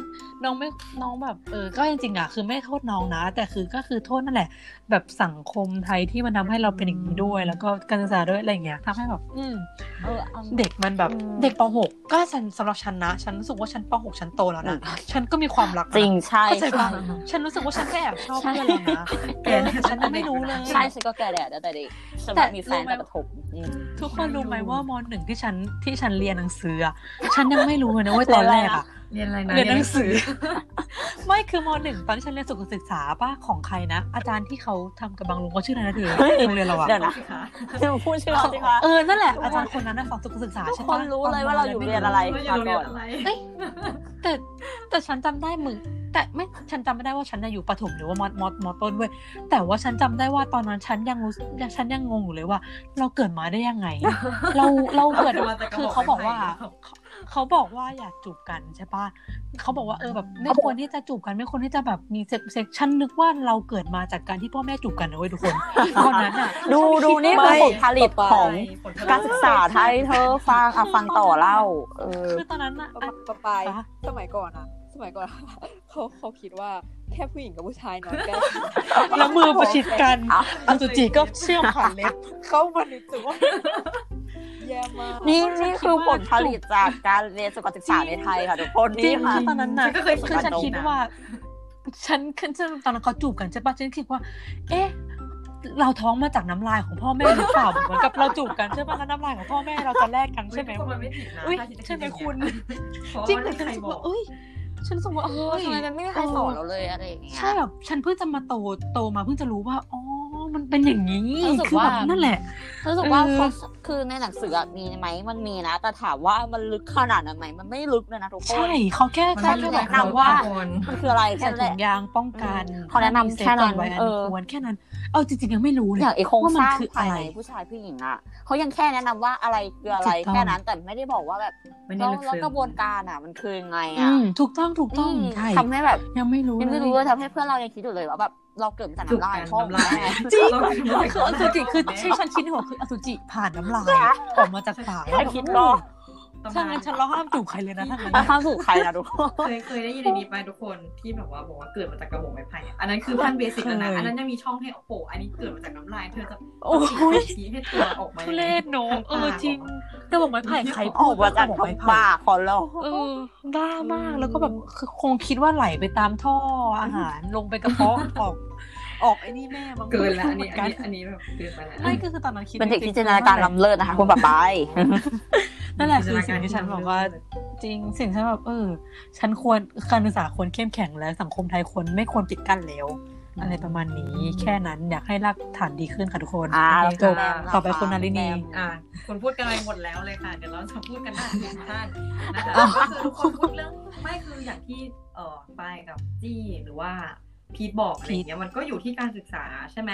Speaker 2: น้องไม่น้องแบบเออก็จริงๆอ่ะคือไม่โทษน้องนะ แต่คือก็คือโทษนั่นแหละ แบบสังคมไทยที่มันทำให้เราเป็นอย่างนี้ด้วย แล้วก็การศึกษาด้วยอะไรอย่างเงี้ยทำให้แบบอืม
Speaker 3: เอออา
Speaker 2: เด็กมันแบบ
Speaker 3: อืม
Speaker 2: เด็กป .6 ก็ฉันสำหรับฉันนะ ฉันรู้สึกว่าฉันป .6 ฉันโตแล้วนะ ฉันก็มีความรักนะ
Speaker 3: จริงใช่
Speaker 2: เข้าใจปะ
Speaker 3: ใช่
Speaker 2: ฉันรู้สึกว่าฉันก็แอบชอบ
Speaker 1: ใช่
Speaker 2: เพื่อนแล้วนะแต่ฉันยังไม่รู้เลย
Speaker 3: ใช่ฉันก็แก่แดดแล้วแต่เด็กฉันแบบมีแฟน
Speaker 2: แต่รู้
Speaker 3: แต่
Speaker 2: ไหม
Speaker 3: ประถมอืม
Speaker 2: ทุกคนรู้ไหมว่ามหนึ่งที่ฉันที่ฉันเรียนหนังสืออะฉันยังไม่รู้เลยนะเว่าตอนแรกอะ
Speaker 1: เรียนอะไรนะ
Speaker 2: เรียนหนังสือ ไม่คือมหนึ่งตอนที่ฉันเรียนสุขศึกษาป้าของใครนะ อาจารย์ที่เขาทำกับบางลุงเขาชื่ออะไรนะเธอ
Speaker 3: เฮ้ย
Speaker 2: โรงเรียนเราอะ
Speaker 3: เดี๋ยว
Speaker 1: หนั
Speaker 3: นะ
Speaker 1: งสือค่ะ
Speaker 3: จะพูดชื่อเราสิคะ
Speaker 2: เออนั่นแหละอาจารย์คนนั้นนะสอนสุขศึกษา
Speaker 3: ทุก
Speaker 2: ใช่
Speaker 3: ค
Speaker 2: ปะ
Speaker 3: นรู้เลยว่าเราอยู่เรียนอะไร
Speaker 1: ไม่รู้เรียนอะไร
Speaker 2: แต่แต่ฉันจำได้มึงแต่ไม่ฉันจำไม่ได้ว่าฉันน่ะอยู่ประถมหรือว่ามมมต้นเว้ยแต่ว่าฉันจำได้ว่าตอนนั้นฉันยังรู้ยังฉันยังงงอยู่เลยว่า เราเกิดมาได้ยังไง เราเราเกิด
Speaker 1: เราเกิดมาจากกระบอก
Speaker 2: คือเขาบอกว่า
Speaker 1: ไม้ไผ่
Speaker 2: เขาเขาบอกว่าอย่าจูบกันใช่ปะเขาบอกว่าเออแบบไม่ควรที่จะจูบกันไม่ควรที่จะแบบมีเซ็กเซ็กฉันนึกว่าเราเกิดมาจากการที่พ่อแม่จูบกันนะเว้ยทุกคน ตอนนั้นอ่ะ
Speaker 3: ดูดูนี่คือผลผลิตของ
Speaker 1: ผลผลิต
Speaker 3: การศึกษาไทยเธอฟังอ่ะฟังต่อเล่า เออ
Speaker 2: คือตอนนั้นอะ
Speaker 4: ปะ
Speaker 2: อะ
Speaker 4: ปะปาย
Speaker 2: ปะ
Speaker 4: สมัยก่อนอะสมัยก่อน เขาเขาคิดว่าแค่ผู้หญิงกับผู้ชายนอนใกล้กัน
Speaker 2: แล้วมือประชิดกัน
Speaker 3: อ่ะ
Speaker 2: อันสุจิก็เชื่อมผ่านเล็บ
Speaker 4: เขามันรู้สึกว่า (laughs) แย่มาก
Speaker 3: นี่นี่คือผลผลิตจากการเรียนสุขศึกษาในไทยค่ะทุกคน
Speaker 2: จริ
Speaker 3: นี่
Speaker 2: ง
Speaker 3: ค่ะ
Speaker 2: คือตอนนั้นน่ะ
Speaker 1: ฉันก็เคยคิด
Speaker 2: คือฉัน
Speaker 1: ว่าโดน
Speaker 2: คิด
Speaker 1: นะ
Speaker 2: ว่า ฉันคือฉันตอนนั้นเขาจูบกันใช่ปะฉันคิดว่า เอ๊ะ เราท้องมาจากน้ำลายของพ่อแม่หรือเปล่าเหมือนกับเราจูบกันใช่ปะแล้วน้ำลายของพ่อแม่เราจะแลกกันใช่ไหม
Speaker 1: คนมันไม่ผิดนะ
Speaker 2: อุ๊ย
Speaker 1: ถ้าคิดจะ
Speaker 2: ใช่ไหม
Speaker 1: คิดอย่างเงี้ย
Speaker 2: คุณ
Speaker 1: เพราะ
Speaker 2: จริง
Speaker 1: ว่าไม่
Speaker 2: แต่
Speaker 1: ใคร
Speaker 2: ฉันรู้สึก
Speaker 1: บอ
Speaker 2: ว่าก เอ้ย ฉันรู้สึกว่าเอ้ย
Speaker 3: ทำไมมันไม่มีใครสอนเราเลยอะไรอย่างเงี้ย
Speaker 2: ใช่แบบฉันเพิ่งจะมาโตโตมาเพิ่งจะรู้ว่าอ๋อมันเป็นอย่างนี้
Speaker 3: รู้สึก
Speaker 2: คือแบบ
Speaker 3: ว่า
Speaker 2: นั่นแหละ
Speaker 3: รู้สึกว่า
Speaker 2: เออ
Speaker 3: คนคือในหนังสืออะมีไหมมันมีนะ แต่ถามว่ามันลึกขนาดนั้นไหมมันไม่ลึกเลยนะทุกคน
Speaker 2: ใช่เขาแค่
Speaker 1: มัน
Speaker 2: แค่
Speaker 1: ไม่ได้
Speaker 2: แค่บ
Speaker 1: แนะ
Speaker 2: อกเรา
Speaker 1: นำ
Speaker 2: ว่า
Speaker 1: ว่า
Speaker 3: มันคืออะไร
Speaker 2: ใส่
Speaker 3: แค่นั้นแห
Speaker 2: ถุ
Speaker 3: ละ
Speaker 2: งยางป้องกัน
Speaker 3: อืมเขาแนะนำแค่นั้น
Speaker 2: ไว้อั
Speaker 3: เอ
Speaker 2: ค
Speaker 3: อ
Speaker 2: วรแค่นั้น เอาจริงๆยังไม่รู้เลย
Speaker 3: อย่างไอโครงสร้าง
Speaker 2: ว่ามันคือ
Speaker 3: ภายใน
Speaker 2: อะไร
Speaker 3: ผู้ชายผู้หญิงอะเขายังแค่แนะนำว่าอะไรคืออะไร
Speaker 2: ถูกต้อง
Speaker 3: แค่นั้นแต่ไม่ได้บอกว่าแบบ
Speaker 1: ไม่ได้
Speaker 3: แล้ว
Speaker 1: ลึก
Speaker 3: แล้ว
Speaker 1: ซึ้ง
Speaker 3: กระบวนการอะมันคือยังไง
Speaker 2: อื
Speaker 3: อะ
Speaker 2: มถูกต้องถูกต้อง
Speaker 3: อืม
Speaker 2: ใช่
Speaker 3: ทำให้แบบ
Speaker 2: ยังไม่รู้
Speaker 3: ยังไม่รู้
Speaker 2: เล
Speaker 3: เลย ยทำให้เพื่อนเรายังคิดอยู่เลยว่าแบบเราเกิดมาจากน้ำลายพ่อแม่
Speaker 1: จริง
Speaker 2: คืออสุจิคือใช่ฉันคิดในหัวคืออสุจิผ่านน้ำลายออกมาจากปาก
Speaker 3: ใช่คิดก่อน
Speaker 2: ถ้างั้นฉันร้องห้ามจูบใครเลยนะถ้างั้น
Speaker 3: แล้วความสุขใครนะทุกคน
Speaker 1: เคยเคยได้ยินในนี้ไปทุกคนที่แบบว่าบอกว่าเกิดมาจากกระบอกไม้ไผ่อะอันนั้นคือขั้นเบสิกแล้วนะอันนั้นยังมีช่องให้โปะอันนี้เกิดมาจากน้ำลายเธอจะ
Speaker 3: โอ้ย
Speaker 1: ชี้ให้ตัวออกมา
Speaker 2: ทุเรศเนอะเออจริงก
Speaker 1: กระ
Speaker 2: ระบบ
Speaker 1: อก
Speaker 2: อ
Speaker 1: ก
Speaker 2: ไม้
Speaker 1: ไม้
Speaker 2: ไผ่
Speaker 1: ไผ่
Speaker 2: ใค
Speaker 1: ใค
Speaker 2: ร
Speaker 1: ร
Speaker 2: พู
Speaker 3: ออ
Speaker 2: ด
Speaker 3: กมาจาก
Speaker 2: ระบอไม้
Speaker 3: ทาง
Speaker 2: ไผ่
Speaker 3: ปากขอเรา
Speaker 2: เออบ้ามากแล้วก็แบบคือคงคิดว่าไหลไปตามท่ออาหารลงไปกระเพาะ ออก ออกไอ้นี่แม่มั้ง
Speaker 1: เกินแล้วอันนี้
Speaker 2: เหมื
Speaker 1: อัน
Speaker 2: กั
Speaker 1: นี้อันนี้แบบเกินไปแล้ว
Speaker 2: ไม่คือคือตอนนั้นคิด
Speaker 3: เป็นเด็กที่
Speaker 2: จ
Speaker 3: จิ
Speaker 2: ริ
Speaker 3: น
Speaker 2: งๆ
Speaker 3: ตนาการล้ำเลิศนะคะคุณป้าไป
Speaker 2: นั่นแหละคือสิ่งที่ฉันบอกว่า จริงสิ่งที่ฉันแบบเออ ฉันควรการศึกษาควรเข้มแข็งและสังคมไทยควรไม่ควรปิดกั้นแล้ว อะไรประมาณนี้ แค่นั้นอยากให้รากฐานดีขึ้นค่ะทุกคน
Speaker 3: อ่า
Speaker 2: โเค
Speaker 1: จบ
Speaker 2: ค่ะ ต่อไปคุณนารินี
Speaker 1: อ่าคนพูดกันไปหมดแล้วเลยค่ะ เดี๋ยวเราจะพูดกันหน้าอีกท่านนะคะก็คือทุกคนพูดเรื่องไม่คืออย่างที่เอ่อปายกับจี้หรือว่าพีทบอกอะไรอย่างเงี้ยมันก็อยู่ที่การศึกษาใช่ไหม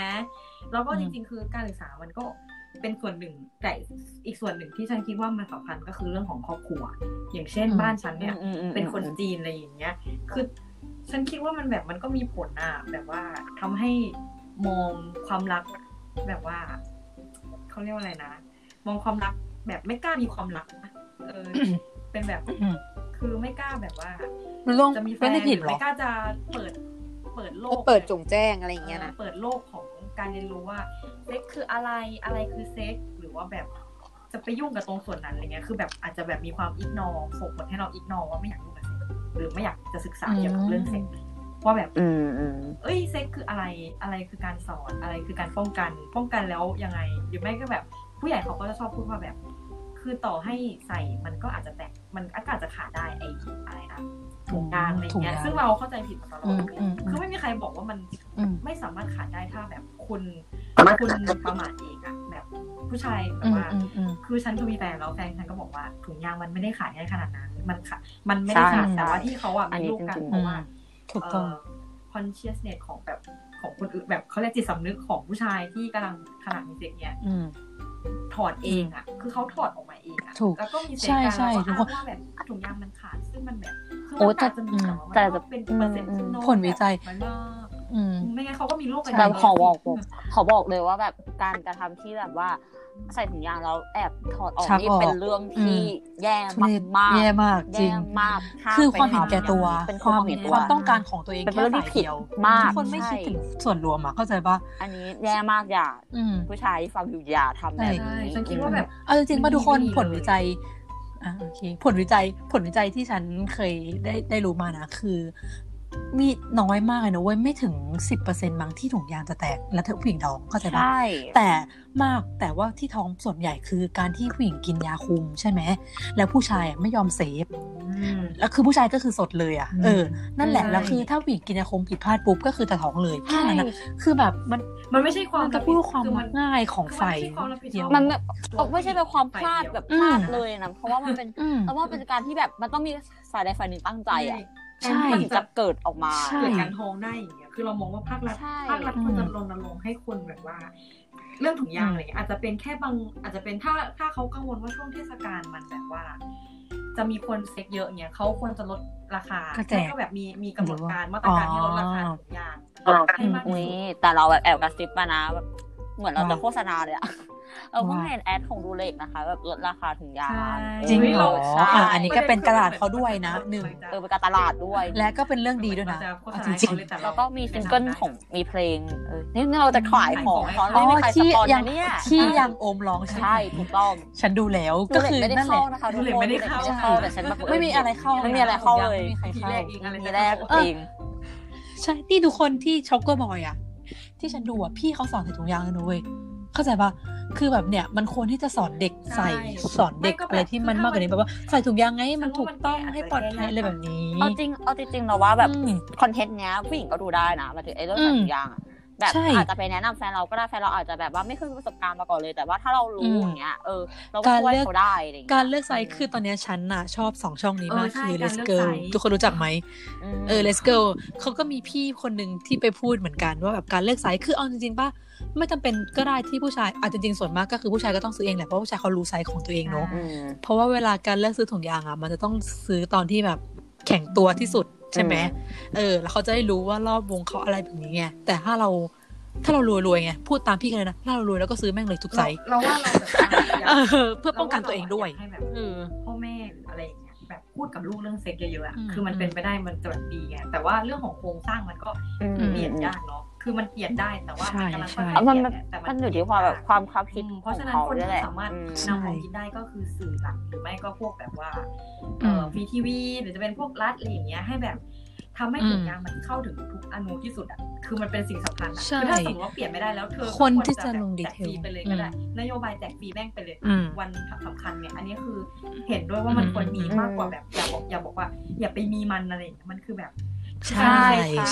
Speaker 1: แล้วก็
Speaker 2: อืม
Speaker 1: จริงๆ คือการศึกษามันก็เป็นส่วนหนึ่งแต่อีกส่วนหนึ่งที่ฉันคิดว่ามันสำคัญก็คือเรื่องของครอบครัว อย่างเช่นบ้านฉันเนี่ย เป็นคนจีนอะไรอย่างเงี้ย คือฉันคิดว่ามันแบบมันก็มีผลอะแบบว่าทำให้มองความรักแบบว่าเขาเรียกว่าอะไรนะ มองความรัก แบบไม่กล้ามีความรักนะเออ เป็นแบบ
Speaker 2: อืม
Speaker 1: คือไม่กล้าแบบว่า
Speaker 2: มันลง
Speaker 1: จะมีแฟ
Speaker 2: ไม่
Speaker 1: น
Speaker 2: ได้ผิดหร
Speaker 1: ไม่
Speaker 2: อก
Speaker 1: ล้าจะเปิดเปิดโลก
Speaker 4: เปิดจงแจ้งอะไรอย่างเงี้ยนะ
Speaker 1: เปิดโลกของการเรียนรู้ว่าเซ็กคืออะไรอะไรคือเซ็กหรือว่าแบบจะไปยุ่งกับตรงส่วนนั้นอะไรเงี้ยคือแบบอาจจะแบบมีความอิกนอโฟกดให้เราอิกนอว่าไม่อยากยุ่งกับเซ็กหรือไม่อยากจะศึกษาเกี่ยวกับเรื่องเซ็กว่าแบบ
Speaker 3: อืมอืม
Speaker 1: เอ้ยเซ็กคืออะไรอะไรคือการสอนอะไรคือการป้องกัน ป้องกันแล้วยังไงหรือไม่ก็แบบ ผู้ใหญ่เขาก็จะชอบพูดว่าแบบ คือต่อให้ใส่มันก็อาจจะแตกมันก็อาจจะขาดได้ไอ้อะไรนะถุงยางอะไร
Speaker 2: ถูก
Speaker 1: เงี้ย
Speaker 2: ยาง
Speaker 1: ซึ่งเราเข้าใจผิดมาตลอ
Speaker 2: อื
Speaker 1: ด
Speaker 2: มอืมอืม
Speaker 1: คือไม่มีใครบอกว่ามัน
Speaker 2: อืม
Speaker 1: ไม่สามารถขาดได้ถ้าแบบคุณ
Speaker 3: สามารถ
Speaker 1: คุณประมาทเองอะแบบ ผู้ชายแบ
Speaker 2: อื
Speaker 1: บ
Speaker 2: ม
Speaker 1: ว่า
Speaker 2: อืมอืม
Speaker 1: คือฉันก็มีแฟนแล้วแฟนฉันก็บอกว่าถุงยางมันไม่ได้ขาดง่ายขนาดนั้นมันขาดมันไม่ได้ขาด
Speaker 2: ใช่
Speaker 1: แต่ว่าที่เขาอะ
Speaker 3: อัน
Speaker 1: มี
Speaker 3: นี้
Speaker 1: ลูกกัน
Speaker 3: จริงๆ
Speaker 1: เพราะว่า
Speaker 2: ถูกต้อง
Speaker 1: เอ่อ consciousness ของแบบของคนอื่นแบบเขาเรียกจิตสำนึกของผู้ชายที่กำลังขนาดมีเซ็กเนี่ย
Speaker 2: อืม
Speaker 1: ถอดเองอะคือเขาถอดออกมาเองอะ
Speaker 2: ถูก
Speaker 1: แล้วก็มีเซ็ก
Speaker 2: ใช่
Speaker 1: กัน
Speaker 2: ใช่
Speaker 1: แล้วก็
Speaker 2: ทุ
Speaker 1: อ้าก ง
Speaker 2: คน
Speaker 1: ว่าแบบถุงยางมันขาดซึ่งมันแบบคือ
Speaker 2: โอ้
Speaker 1: มันขาด
Speaker 2: แต่
Speaker 1: จนมีแต่ว่ามัน
Speaker 3: แต่
Speaker 1: ก็เป็นเปอร์เซ็นต์
Speaker 3: อืม
Speaker 1: ที่น้อย
Speaker 2: ผลวิจัย
Speaker 1: แบบน้อยมาก
Speaker 2: อืม
Speaker 1: ไม่งั้นเขาก็มีลูกกัน
Speaker 2: ใช่
Speaker 3: แต่
Speaker 1: ยู่ล้ว
Speaker 3: ขอบอกบอกขอบอกเลยว่าแบบการกระทำที่แบบว่า ใส่ถุงยางแล้วแอบถอดออก
Speaker 2: ชัก
Speaker 3: นี่
Speaker 2: ออก
Speaker 3: เป็นเรื่องที่
Speaker 2: อื
Speaker 3: แย่
Speaker 2: ทุเรศ
Speaker 3: มากๆ
Speaker 2: แย่มากจริง
Speaker 3: แย่มากห้
Speaker 2: คือ
Speaker 3: ไป
Speaker 2: ความเห็น
Speaker 3: ทำ
Speaker 2: แก่ตัว
Speaker 3: เป็นควาว
Speaker 2: คาม
Speaker 3: มเห็นค
Speaker 2: คาว
Speaker 3: วาม ม
Speaker 2: ต้องการของตัวเอง
Speaker 3: เป็น
Speaker 2: แค่
Speaker 3: เรื่องที่
Speaker 2: ฝ่ายเดียว
Speaker 3: มา
Speaker 2: ทุ
Speaker 3: ก
Speaker 2: กคนไม่
Speaker 3: ใช่
Speaker 2: คิดถึงส่วนรวมอ่ะเข้าใจป่ะ
Speaker 3: อันนี้แย่มากอย่า
Speaker 2: อืม
Speaker 3: ผู้ชายฟังอยู่อย่าทำแบบ
Speaker 1: ใช่
Speaker 3: นี้
Speaker 1: ฉันคิดว่าแบบ
Speaker 2: เอาจริงๆว่าทุกคน
Speaker 1: ไม่มีเลย
Speaker 2: ผลวิจัยอ่ะโอเค ผลวิจัย ผลวิจัยที่ฉันเคยได้ได้รู้มานะ คือ มีน้อยมากเลยนะเว้ยไม่ถึงสิบเปอร์เซ็นต์มั้งที่ถุงยางจะแตกและเธอผู้หญิงท้องเข้าใจปะ
Speaker 3: ใช่
Speaker 2: แต่มากแต่ว่าที่ท้องส่วนใหญ่คือการที่ผู้หญิงกินยาคุมใช่ไหมแล้วผู้ชายอะไม่ยอมเซฟ
Speaker 1: อืม
Speaker 2: แล้วคือผู้ชายก็คือสดเลยอ่ะ
Speaker 1: อืม
Speaker 2: เออ นั่นแหละ
Speaker 1: ใช่
Speaker 2: แล้วคือถ้าผู้หญิงกินยาคุมผิดพลาดปุ๊บก็คือจะท้องเลยแค่
Speaker 3: ใช่
Speaker 2: นั้นนะคือแบบมัน
Speaker 1: มันไม่ใช่ความ
Speaker 2: นก็พูดความ
Speaker 1: คือมัน
Speaker 2: ง่ายของ
Speaker 1: คือมัน
Speaker 2: ฝ่าย
Speaker 1: ไม่ใช่ความรับผิดชอบ
Speaker 2: เดียว
Speaker 3: มันแบบไม่ใช่เป็นความพลาดแบบพลาด
Speaker 2: อืม
Speaker 3: เลยนะเพราะว่ามันเป็น
Speaker 2: อืม
Speaker 3: แต่ว่าเป็นการที่แบบมันต้องมีฝ่ายใดฝ่ายหนึ่งตั้งใจอ่ะ
Speaker 2: ใช่
Speaker 3: มันถึงจะเกิดออกมา
Speaker 2: ใช่
Speaker 1: เกิดการทองได้อย่างเงี้ยคือเรามองว่าภาครัฐ
Speaker 3: ใช่
Speaker 1: ภาครัฐควรจะรณรงค์ให้คนแบบว่า เรื่องถุงยางอะไรเงี้ยอาจจะเป็นแค่บาง อาจจะเป็นถ้าถ้าเขากังวลว่าช่วงเทศกาลมันแบบว่า จะมีคนเซ็กเยอะเงี้ยเขาควรจะลดราคา
Speaker 2: ก็แจ
Speaker 1: ไม่
Speaker 2: ก
Speaker 1: ก็แบบมีมีกำหนดการมาตรการให้ลดราคา
Speaker 2: อ๋อ
Speaker 1: ถุงยาง
Speaker 3: เออ
Speaker 1: ให้มากที่
Speaker 3: อุ้ย
Speaker 1: สุด
Speaker 3: แต่เราแบบแอบกระซิบมานะแบบเหมือนเราจะ
Speaker 2: ว่า
Speaker 3: โฆษณาเลยอะเออเพิ่ง
Speaker 2: ว่า
Speaker 3: เห็นแอดของดูเล็กนะคะแบบลดราคาถุงยาง
Speaker 1: ใช่
Speaker 2: จริง
Speaker 3: เออ
Speaker 2: เหรอ
Speaker 3: ใช่
Speaker 2: อ่ะอันนี้ก็เป็นกระดาษเขาด้วยนะหนึ่ง
Speaker 3: เออเป็นการตลาดด้วย
Speaker 2: และก็เป็นเรื่องดีด้วยนะ
Speaker 1: มัจโฆษ
Speaker 2: เอา
Speaker 1: ณา
Speaker 2: จ
Speaker 1: ให้
Speaker 2: ริง
Speaker 1: เขาเลยแต่
Speaker 3: แล้
Speaker 1: เรา
Speaker 3: วก็มีซิงเกิลของมีเพลงเออนี่นี่เราจะขายของ
Speaker 1: ขายของ
Speaker 3: เพ
Speaker 2: ๆ
Speaker 3: ราะ
Speaker 2: อ๋อ
Speaker 3: ไม่มีใครส
Speaker 2: ที่
Speaker 3: ปอน
Speaker 2: ยั
Speaker 3: นะ
Speaker 2: ง
Speaker 3: เนี่ย
Speaker 2: ที่ยังโอมร้องใช่ไหม
Speaker 3: ใช่ถูกต้อง
Speaker 2: ฉันดูแล้ว
Speaker 3: ก็
Speaker 2: ก็
Speaker 3: คื
Speaker 2: คือ อ
Speaker 3: ไม่ได้
Speaker 2: นั่นแห
Speaker 3: เข้า
Speaker 2: ละ
Speaker 3: นะคะทุก
Speaker 1: ดูเล็ก
Speaker 3: คน
Speaker 1: ไม่ได้เข้า
Speaker 3: ดูเล็กไม่ได้เข้าแต่ฉันแบบ
Speaker 2: ไม่มีอะไรเข้า
Speaker 3: ไม่มีอะไรเข้าเลย
Speaker 2: ไม่มีใคร
Speaker 1: ที
Speaker 2: เข้า
Speaker 1: แรกเองอะไร
Speaker 3: มีแรก
Speaker 1: จะ
Speaker 3: เอ
Speaker 1: ข้า
Speaker 3: ง
Speaker 2: ใช่ที่ทุกคนที่ช็อกเกอร์บอยอ่ะ ที่ฉันดูอ่ะพี่เขาสอนใส่ถุงยางเลยนะเว้ยเข้าใจปะคือแบบเนี่ยมันควรที่จะสอนเด็กใส่
Speaker 1: ใช่
Speaker 2: สอนเด็ก
Speaker 1: ไม่ก็แบบ
Speaker 2: อะไรที่มัน
Speaker 1: คือถ้าม
Speaker 2: มากกว่านี้แบบว่าใส่ถุงยางไงให้มัน
Speaker 1: ฉันว่า
Speaker 2: ถูกต้อง
Speaker 1: มันแก้
Speaker 2: ให้ปลอดภั
Speaker 1: อาจจะ
Speaker 2: ย
Speaker 1: แก้ยาก
Speaker 2: อะไรแบบนี้
Speaker 3: เอาจริง เอาจริงๆเราว่าแบบ
Speaker 2: อืม
Speaker 3: คอนเทนต์เนี้ยผู้หญิงก็ดูได้นะหมายถึงไอ้เรื่อง
Speaker 2: อืม
Speaker 3: สายถุงยางอะแบบ
Speaker 2: ใช่
Speaker 3: อาจจะไปแนะนำแฟนเราก็ได้แฟนเราอาจจะแบบว่าไม่เคยมีประสบการณ์มาก่อนเลย แต่ว่าถ้าเรา
Speaker 2: อื
Speaker 3: รู้
Speaker 2: ม
Speaker 3: อย่างเงี้ยเออเราก็ช่วยเขาได้อะไรอย่างเงี้ย
Speaker 2: การเลือกไซส์คือตอนเนี้ยฉันน่ะชอบสองช่องนี้มาก
Speaker 1: เออใช่
Speaker 2: คื
Speaker 1: กา
Speaker 2: อ
Speaker 1: ร
Speaker 2: Let's
Speaker 1: เลือก
Speaker 2: Girl
Speaker 1: ไซส์
Speaker 2: ทุกคนรู้จักไหม
Speaker 3: ม
Speaker 2: เออ Let's Girl เขาก็มีพี่คนหนึ่งที่ไปพูดเหมือนกันว่าแบบการเลือกไซส์คือเอาจริงๆป่ะไม่จำเป็นก็ได้ที่ผู้ชายอาจจะจริงๆส่วนมากก็คือผู้ชายก็ต้องซื้อเองแหละเพราะผู้ชายเขารู้ไซส์ของตัวเองเนอะ
Speaker 1: ใช่
Speaker 3: อืม
Speaker 2: เพราะว่าเวลาการเลือกซื้อถุงยางอ่ะมันจะต้องซื้อตอนที่แบบแข็งตัวที่สุดใช่ไหม
Speaker 3: อืม
Speaker 2: เออ แล้วเขาจะได้รู้ว่ารอบวงเขาอะไรแบบนี้ไงแต่ถ้าเราถ้าเรารวยรวยๆไงพูดตามพี่กันเลยนะถ้าเรารวยแล้วก็ซื้อแม่งเลยทุกไซส์
Speaker 1: เราว่าเราแบบว่า
Speaker 2: เออเพื่อป้องกันตัวเองด้วย
Speaker 1: ราาากให้แบบ
Speaker 2: เออ
Speaker 1: พ่อแม่หรืออะไรอย่างเงี้ยแบบพูดกับลูกเรื่องเซ็กเยอะๆอะ
Speaker 2: อืม
Speaker 1: คือมันเป็นไปได้มันจะแบบดีไงแต่ว่าเรื่องของโครงสร้างมันก็
Speaker 3: อืม
Speaker 2: อืม
Speaker 1: เปลี่ยนยากเนาะคือมันเปลี่ยนได้แต่ว่ามันกำลัง
Speaker 2: ใช่
Speaker 1: ค่อย
Speaker 2: ใช่
Speaker 1: ๆเป
Speaker 3: มัน
Speaker 1: ลี่ยน
Speaker 3: มัน
Speaker 1: อะแต่
Speaker 3: มันอยู่ที่ความแบบความความคิด
Speaker 1: อืมเพ
Speaker 3: ขอ
Speaker 1: ราะ
Speaker 3: ง
Speaker 1: ฉะนั้น
Speaker 3: เขา
Speaker 1: คน
Speaker 3: ด้วย
Speaker 1: ที่
Speaker 3: แหละ
Speaker 1: สามารถ
Speaker 3: อืม
Speaker 1: นำความคิดได้ก็คือสื่อหลักหรือไม่ก็พวกแบบว่าเออ
Speaker 2: ม
Speaker 1: ฟีทีวีหรือจะเป็นพวกรัฐอะไรอย่างเงี้ยให้แบบทำให้
Speaker 2: อืม
Speaker 1: ถุงยางมันเข้าถึงทุกอนูที่สุดอ่ะคือมันเป็นสิ่งสำคัญอะ
Speaker 2: ใช่
Speaker 1: คือถ้าสมมติว่าเปลี่ยนไม่ได้แล้วเธอก็
Speaker 2: คนที่
Speaker 1: วร
Speaker 2: จะลง
Speaker 1: แบบ
Speaker 2: detail
Speaker 1: แจกฟรีไปเลยก็ได้นโยบายแจกฟรีแม่งไปเลย
Speaker 2: อืม
Speaker 1: วันสำคัญเนี่ยอันนี้คือเห็นด้วยว่ามัน
Speaker 2: อืม
Speaker 1: ควรมี
Speaker 3: อืม
Speaker 1: มากกว่าแบบอย่าบอกอย่าบอกว่า อย่าไปมีมันอะไรอย่างเงี้ยมันคือแบบ
Speaker 2: ใช่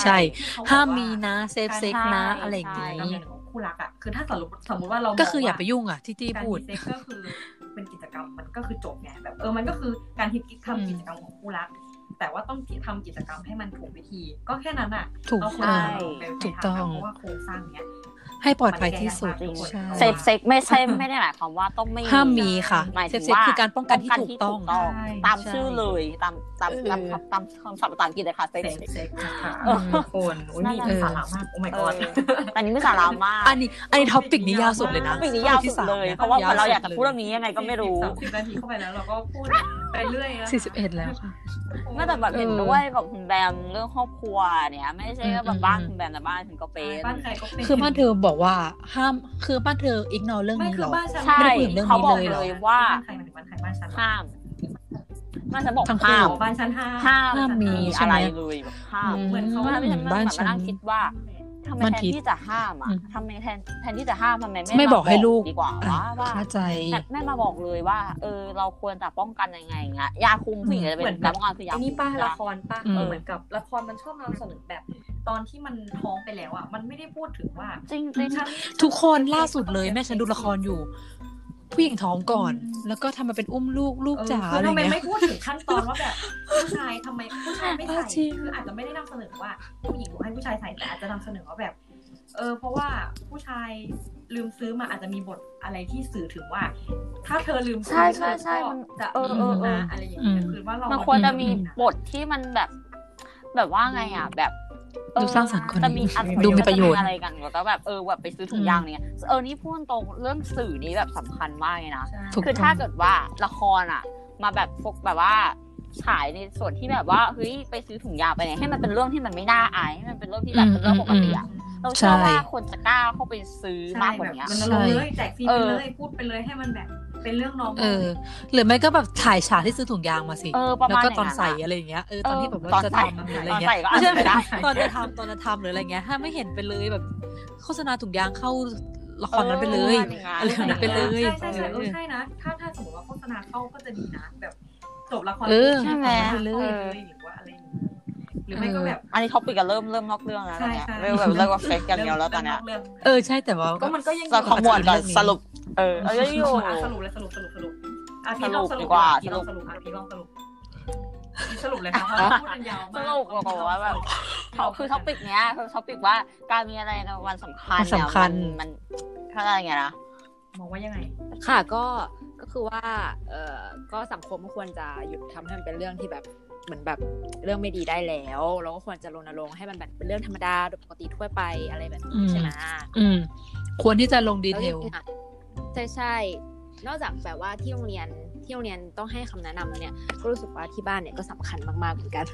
Speaker 2: ใช่
Speaker 1: ที่เขบอกว่
Speaker 2: ห้ามมีนะเซฟเซ็กนะ
Speaker 3: ใช่
Speaker 2: อะไรอย่าง
Speaker 1: การดำ
Speaker 2: นี้
Speaker 1: เนินของคู่รักอ่ะคือถ้าสมมติสมมติว่าเรา
Speaker 2: ก็คืออย่า
Speaker 1: บ
Speaker 2: ไปยุ่งอ่ะที่ตี้
Speaker 1: การ
Speaker 2: พูด
Speaker 1: มีเซ็กก็คือเป็นกิจกรรมมันก็คือจบไงแบบเออมันก็คือการที่ทำกิจกรรมของคู่รัก แต่ว่าต้องทำกิจกรรมให้มันถูกวิธี ก็แค่นั้นอ่ะ
Speaker 2: ถูก
Speaker 1: เราควร
Speaker 2: ต้อ
Speaker 1: จะ
Speaker 2: ง
Speaker 1: ลงไป
Speaker 2: ถูกต้อง
Speaker 1: เพราะว่าโครงสร้างเนี้ย
Speaker 2: ให้ปลอดภัยที่สุด
Speaker 1: มันแก้ยากมาก
Speaker 2: ใช่
Speaker 3: เซฟเซ็กไม่ใช่ไม่ได้หมายความว่าต้องไม่
Speaker 2: ห้ามมีค่ะ
Speaker 3: หมายถึง
Speaker 2: เซฟเซ็ก
Speaker 3: ว่า
Speaker 2: คือการป้องกันที่ถูกต้อง
Speaker 3: ป้กันที่ถูกตาม
Speaker 2: ใช่
Speaker 3: ชื่อเลยตามตามตามคำตามคำศัพท์ภาษาอังกฤษเลยค่ะเซฟ
Speaker 1: เซ็ก
Speaker 3: เซ็ก
Speaker 1: เซ็กค่ะ
Speaker 3: เออ
Speaker 1: ทุกคนอุ้ยมี
Speaker 3: นั่น
Speaker 1: มี
Speaker 3: แหละ
Speaker 1: สาระมากโอ้ my
Speaker 3: เอ
Speaker 1: god
Speaker 3: ออันนี้ไม่สาระมาก
Speaker 2: อันนี้ อันนี้ท็อปิกนี้ยาวสุดเลยนะ
Speaker 3: ปีนี้ยาวสุดเลย เพราะว่าเหมือนเราอยากจะพูดเรื่องนี้ยังไงก็ไม่รู้
Speaker 1: สามสิบนาทีเข้าไปแล้วเราก็พูดไปเรื่อยนะ
Speaker 2: สี่สิบเอ็ดแล้วค่ะ
Speaker 3: น่าจะแบบเห็นด้วยกับคุณแบมเรื่องครอบครัวเนี่ย ไม่ใช่ว่าแบ
Speaker 2: อื
Speaker 3: บ
Speaker 2: ม
Speaker 3: บ้านคุณแบมแต่บ้านฉันก็เป็น
Speaker 1: บ้านใครก็เป็น
Speaker 2: คือบ้านเธอบอกว่าห้ามคือบ้านเธออิกนอเรื่อง
Speaker 1: ไม่
Speaker 2: นี้
Speaker 1: คื
Speaker 2: เหร
Speaker 1: อ
Speaker 2: อ
Speaker 1: บ้านฉัน
Speaker 3: ใช่
Speaker 1: ไม่ได้พูดถึงรื่อง
Speaker 3: เขาบอก
Speaker 1: นี้
Speaker 3: เลย
Speaker 1: หร
Speaker 3: ว่า
Speaker 1: บ้านใครหมายถึงบ้านใครบ้านฉันเหรอ
Speaker 3: ห้ามบ้านฉันบอก
Speaker 2: ทั้งคู่
Speaker 3: ห้าม
Speaker 1: บ้านฉันห้าม
Speaker 3: ห้าม
Speaker 2: ห้ามมีใช่
Speaker 3: อะ
Speaker 2: ไหม
Speaker 3: ไรเลยแบบห้าม
Speaker 1: เหมือนเขา
Speaker 3: ว่าไม่ใช่
Speaker 2: บ้าน
Speaker 3: แบบ
Speaker 2: ฉัน
Speaker 3: นั่งคิดว่าทำไม
Speaker 2: บ้าน
Speaker 3: แทน
Speaker 2: ทิศ
Speaker 3: ที่จะห้ามอ่ะ
Speaker 2: อืม
Speaker 3: ทำไมแทนแทนที่จะห้ามทำไม
Speaker 2: ไม่
Speaker 3: ไม่
Speaker 2: บอกให้ลูก
Speaker 3: ดีกว่าว่าว่า
Speaker 2: เข้าใจ
Speaker 3: แม่มาบอกเลยว่า เออ เราควรจะป้องกันยังไงอย่างเงี้ยยาคุมผู้หญิงจะเป็
Speaker 1: เหมือน นแบ
Speaker 3: กา
Speaker 1: บ
Speaker 3: รป้องกันคือยา
Speaker 1: ไอ้
Speaker 3: คุ
Speaker 1: นี่
Speaker 3: ม
Speaker 1: ป้าละ
Speaker 3: นะ
Speaker 1: ครป้า
Speaker 2: อืม
Speaker 1: เหมือนกับละครมันชอบนำเสนอแบบ ตอนที่มันท้องไปแล้วอ่ะมันไม่ได้พูดถึงว่า
Speaker 3: จริงจริง
Speaker 1: ฉัน
Speaker 2: ทุกคนล่าสุดเลยแม่ฉันดูละครอยู่ ผู้หญิงท้องก่อน
Speaker 1: อืม
Speaker 2: แล้วก็ทำมาเป็นอุ้มลูกลูก
Speaker 1: เออ
Speaker 2: จ๋า
Speaker 1: คือ
Speaker 2: อะไร
Speaker 1: ทำไม
Speaker 2: เงี้
Speaker 1: ไม่
Speaker 2: ย
Speaker 1: พูดถึงขั้นตอนว่า
Speaker 2: (laughs)
Speaker 1: แบบผู้ชายทำไมผู้ชายไม่ใส่
Speaker 2: จริง
Speaker 1: คืออาจจะไม่ได้นำเสนอว่าผู้หญิงให้ผู้ชายใส่แต่อาจจะนำเสนอว่าแบบ เออ เพราะว่าผู้ชายลืมซื้อมาอาจจะมีบทอะไรที่สื่อถึงว่า ถ้าเธอลืมซื้
Speaker 3: ใช่
Speaker 1: อ
Speaker 3: ใช่ใช่
Speaker 1: เธอ
Speaker 3: มัน
Speaker 1: ก็จะ
Speaker 3: เออเออเออ
Speaker 1: นะอะไรอย่างเงี้ยคือว่าเรา
Speaker 3: มั
Speaker 1: มัน
Speaker 3: ควรจะมี
Speaker 1: ไได้นะ
Speaker 3: บทที่มันแบบ แบบว่าไงอ่ะ แบบเออ
Speaker 2: ดูสร้างสรรค์คน
Speaker 3: จะมีอัน
Speaker 2: ดูมีประโยชน์
Speaker 3: จอะไรกันแล้วก็แบบเออแบบไปซื้อถุงยางเนี่ยเออนี่พูดตรงเรื่องสื่อนี้แบบสำคัญมากเลยนะ
Speaker 1: ใช่
Speaker 2: ถูก
Speaker 3: คือ
Speaker 2: ต้อง
Speaker 3: ถ้าเกิดว่าละครอ่ะ มาแบบพวกแบบว่าฉายในส่วนที่แบบว่าเฮ้ยไปซื้อถุงยางไปเนี่ยให้มันเป็นเรื่องที่มันไม่น่าอายให้มันเป็นเรื่องที่แบบเป็นเรื่องปกติอ่ะเราเชื่อว่าคนจะกล้าเข้าไปซื้อ
Speaker 1: ใช่
Speaker 3: มากกว่าเนี้ย
Speaker 1: แบบมันลงเลยแจกฟรีไปเลยพูดไปเลยให้มันแบบ เป็นเรื่องน้อง
Speaker 2: เออ หรือไม่ก็แบบถ่ายฉากที่ซื้อถุงยางมาสิ
Speaker 3: เออประ
Speaker 2: แล้ว
Speaker 3: มาณ
Speaker 2: ก็
Speaker 3: ย่าง
Speaker 2: ตอนใส่
Speaker 3: ะ
Speaker 2: อะไรอย่างเงี้ย เออ
Speaker 3: เออ
Speaker 2: ตอนที่แบบว่า
Speaker 3: ตอน
Speaker 2: จะ
Speaker 3: ใส่
Speaker 2: ทำหรืออะไรเงี้
Speaker 3: ตอน
Speaker 2: ย
Speaker 3: ใส่ก็อาจ
Speaker 2: ไม่ใช่
Speaker 3: จะไม่ได้
Speaker 2: ตอนจะทำตอนจะทำหรืออะไรเงี้ย ถ้าไม่เห็นไปเลยแบบ โฆษณาถุงยางเข้าละครนั้นไปเลย
Speaker 3: อะไรอย่างเงี้ย
Speaker 2: ไปเลย
Speaker 1: ใช่ใช่ใช่เออใช่นะ ถ้าถ้าสมมติว่าโฆษณาเข้าก็จะดีนะ แบบจบละคร
Speaker 2: เออ
Speaker 3: ใช่ไหม
Speaker 1: ไปเลยหรือว่าอะไรอย่างเงี้ยหรือไม่ก็แบบ
Speaker 3: อันนี้ท็อปิกกันเริ่มเริ่มนอกเรื่องแล้วตอนเนี้ย
Speaker 1: ใช่ใช่
Speaker 3: เริ่มแบบเริ่มว่าเฟกกันเดียวแล้วตอนเนี้ย
Speaker 1: เรื่อง
Speaker 2: เออ ใช่แต่ว่า
Speaker 1: ก็มันก็ยัง
Speaker 3: เราขมวดก่
Speaker 2: เรื่
Speaker 3: อน
Speaker 2: องนี้
Speaker 3: สรุป เออเออยังอยู่
Speaker 1: อ่ะสรุปเลยสรุปสรุปสรุปอ่ะพี่ลองสรุป
Speaker 3: สรุปดีกว่า
Speaker 1: พี่ลองสรุปอ่ะพี่ลองสรุปพี่สรุปเลยค่ะว่าพูดกันยาว
Speaker 3: ส
Speaker 1: มาก
Speaker 3: รุปบอกว่าแบบเขาคือท็อปิกเนี้ยคือท็อปิกว่าการมีอะไรในวันสำคัญ
Speaker 2: วัน
Speaker 3: เนี่ย
Speaker 2: สำคัญ
Speaker 3: มันมันเขาเรียกอะไรเงี้ยนะ
Speaker 1: มองว่ายังไง
Speaker 4: ค่ะก็ก็คือว่าเออก็สังคมก็ควรจะหยุดทำให้มันเป็นเรื่องที่แบบเหมือนแบบเรื่องไม่ดีได้แล้วเราก็ควรจะรณรงค์ให้มันแบบเป็นเรื่องธรรมดาโดยปกติทั่วไปอะไรแบบ
Speaker 2: อื
Speaker 4: นี้
Speaker 2: ม
Speaker 4: ใช่ไหม
Speaker 2: อืม ควรที่จะลงดี
Speaker 4: แล้ว
Speaker 2: เท
Speaker 4: จ
Speaker 2: ล
Speaker 4: ริงๆอะใช่ใช่นอกจากแบบว่าที่โรงเรียนที่โรงเรียนต้องให้คำแนะนำแล้วเนี่ยก็รู้สึกว่าที่บ้านเนี่ยก็สำคัญมากๆเหมือนกัน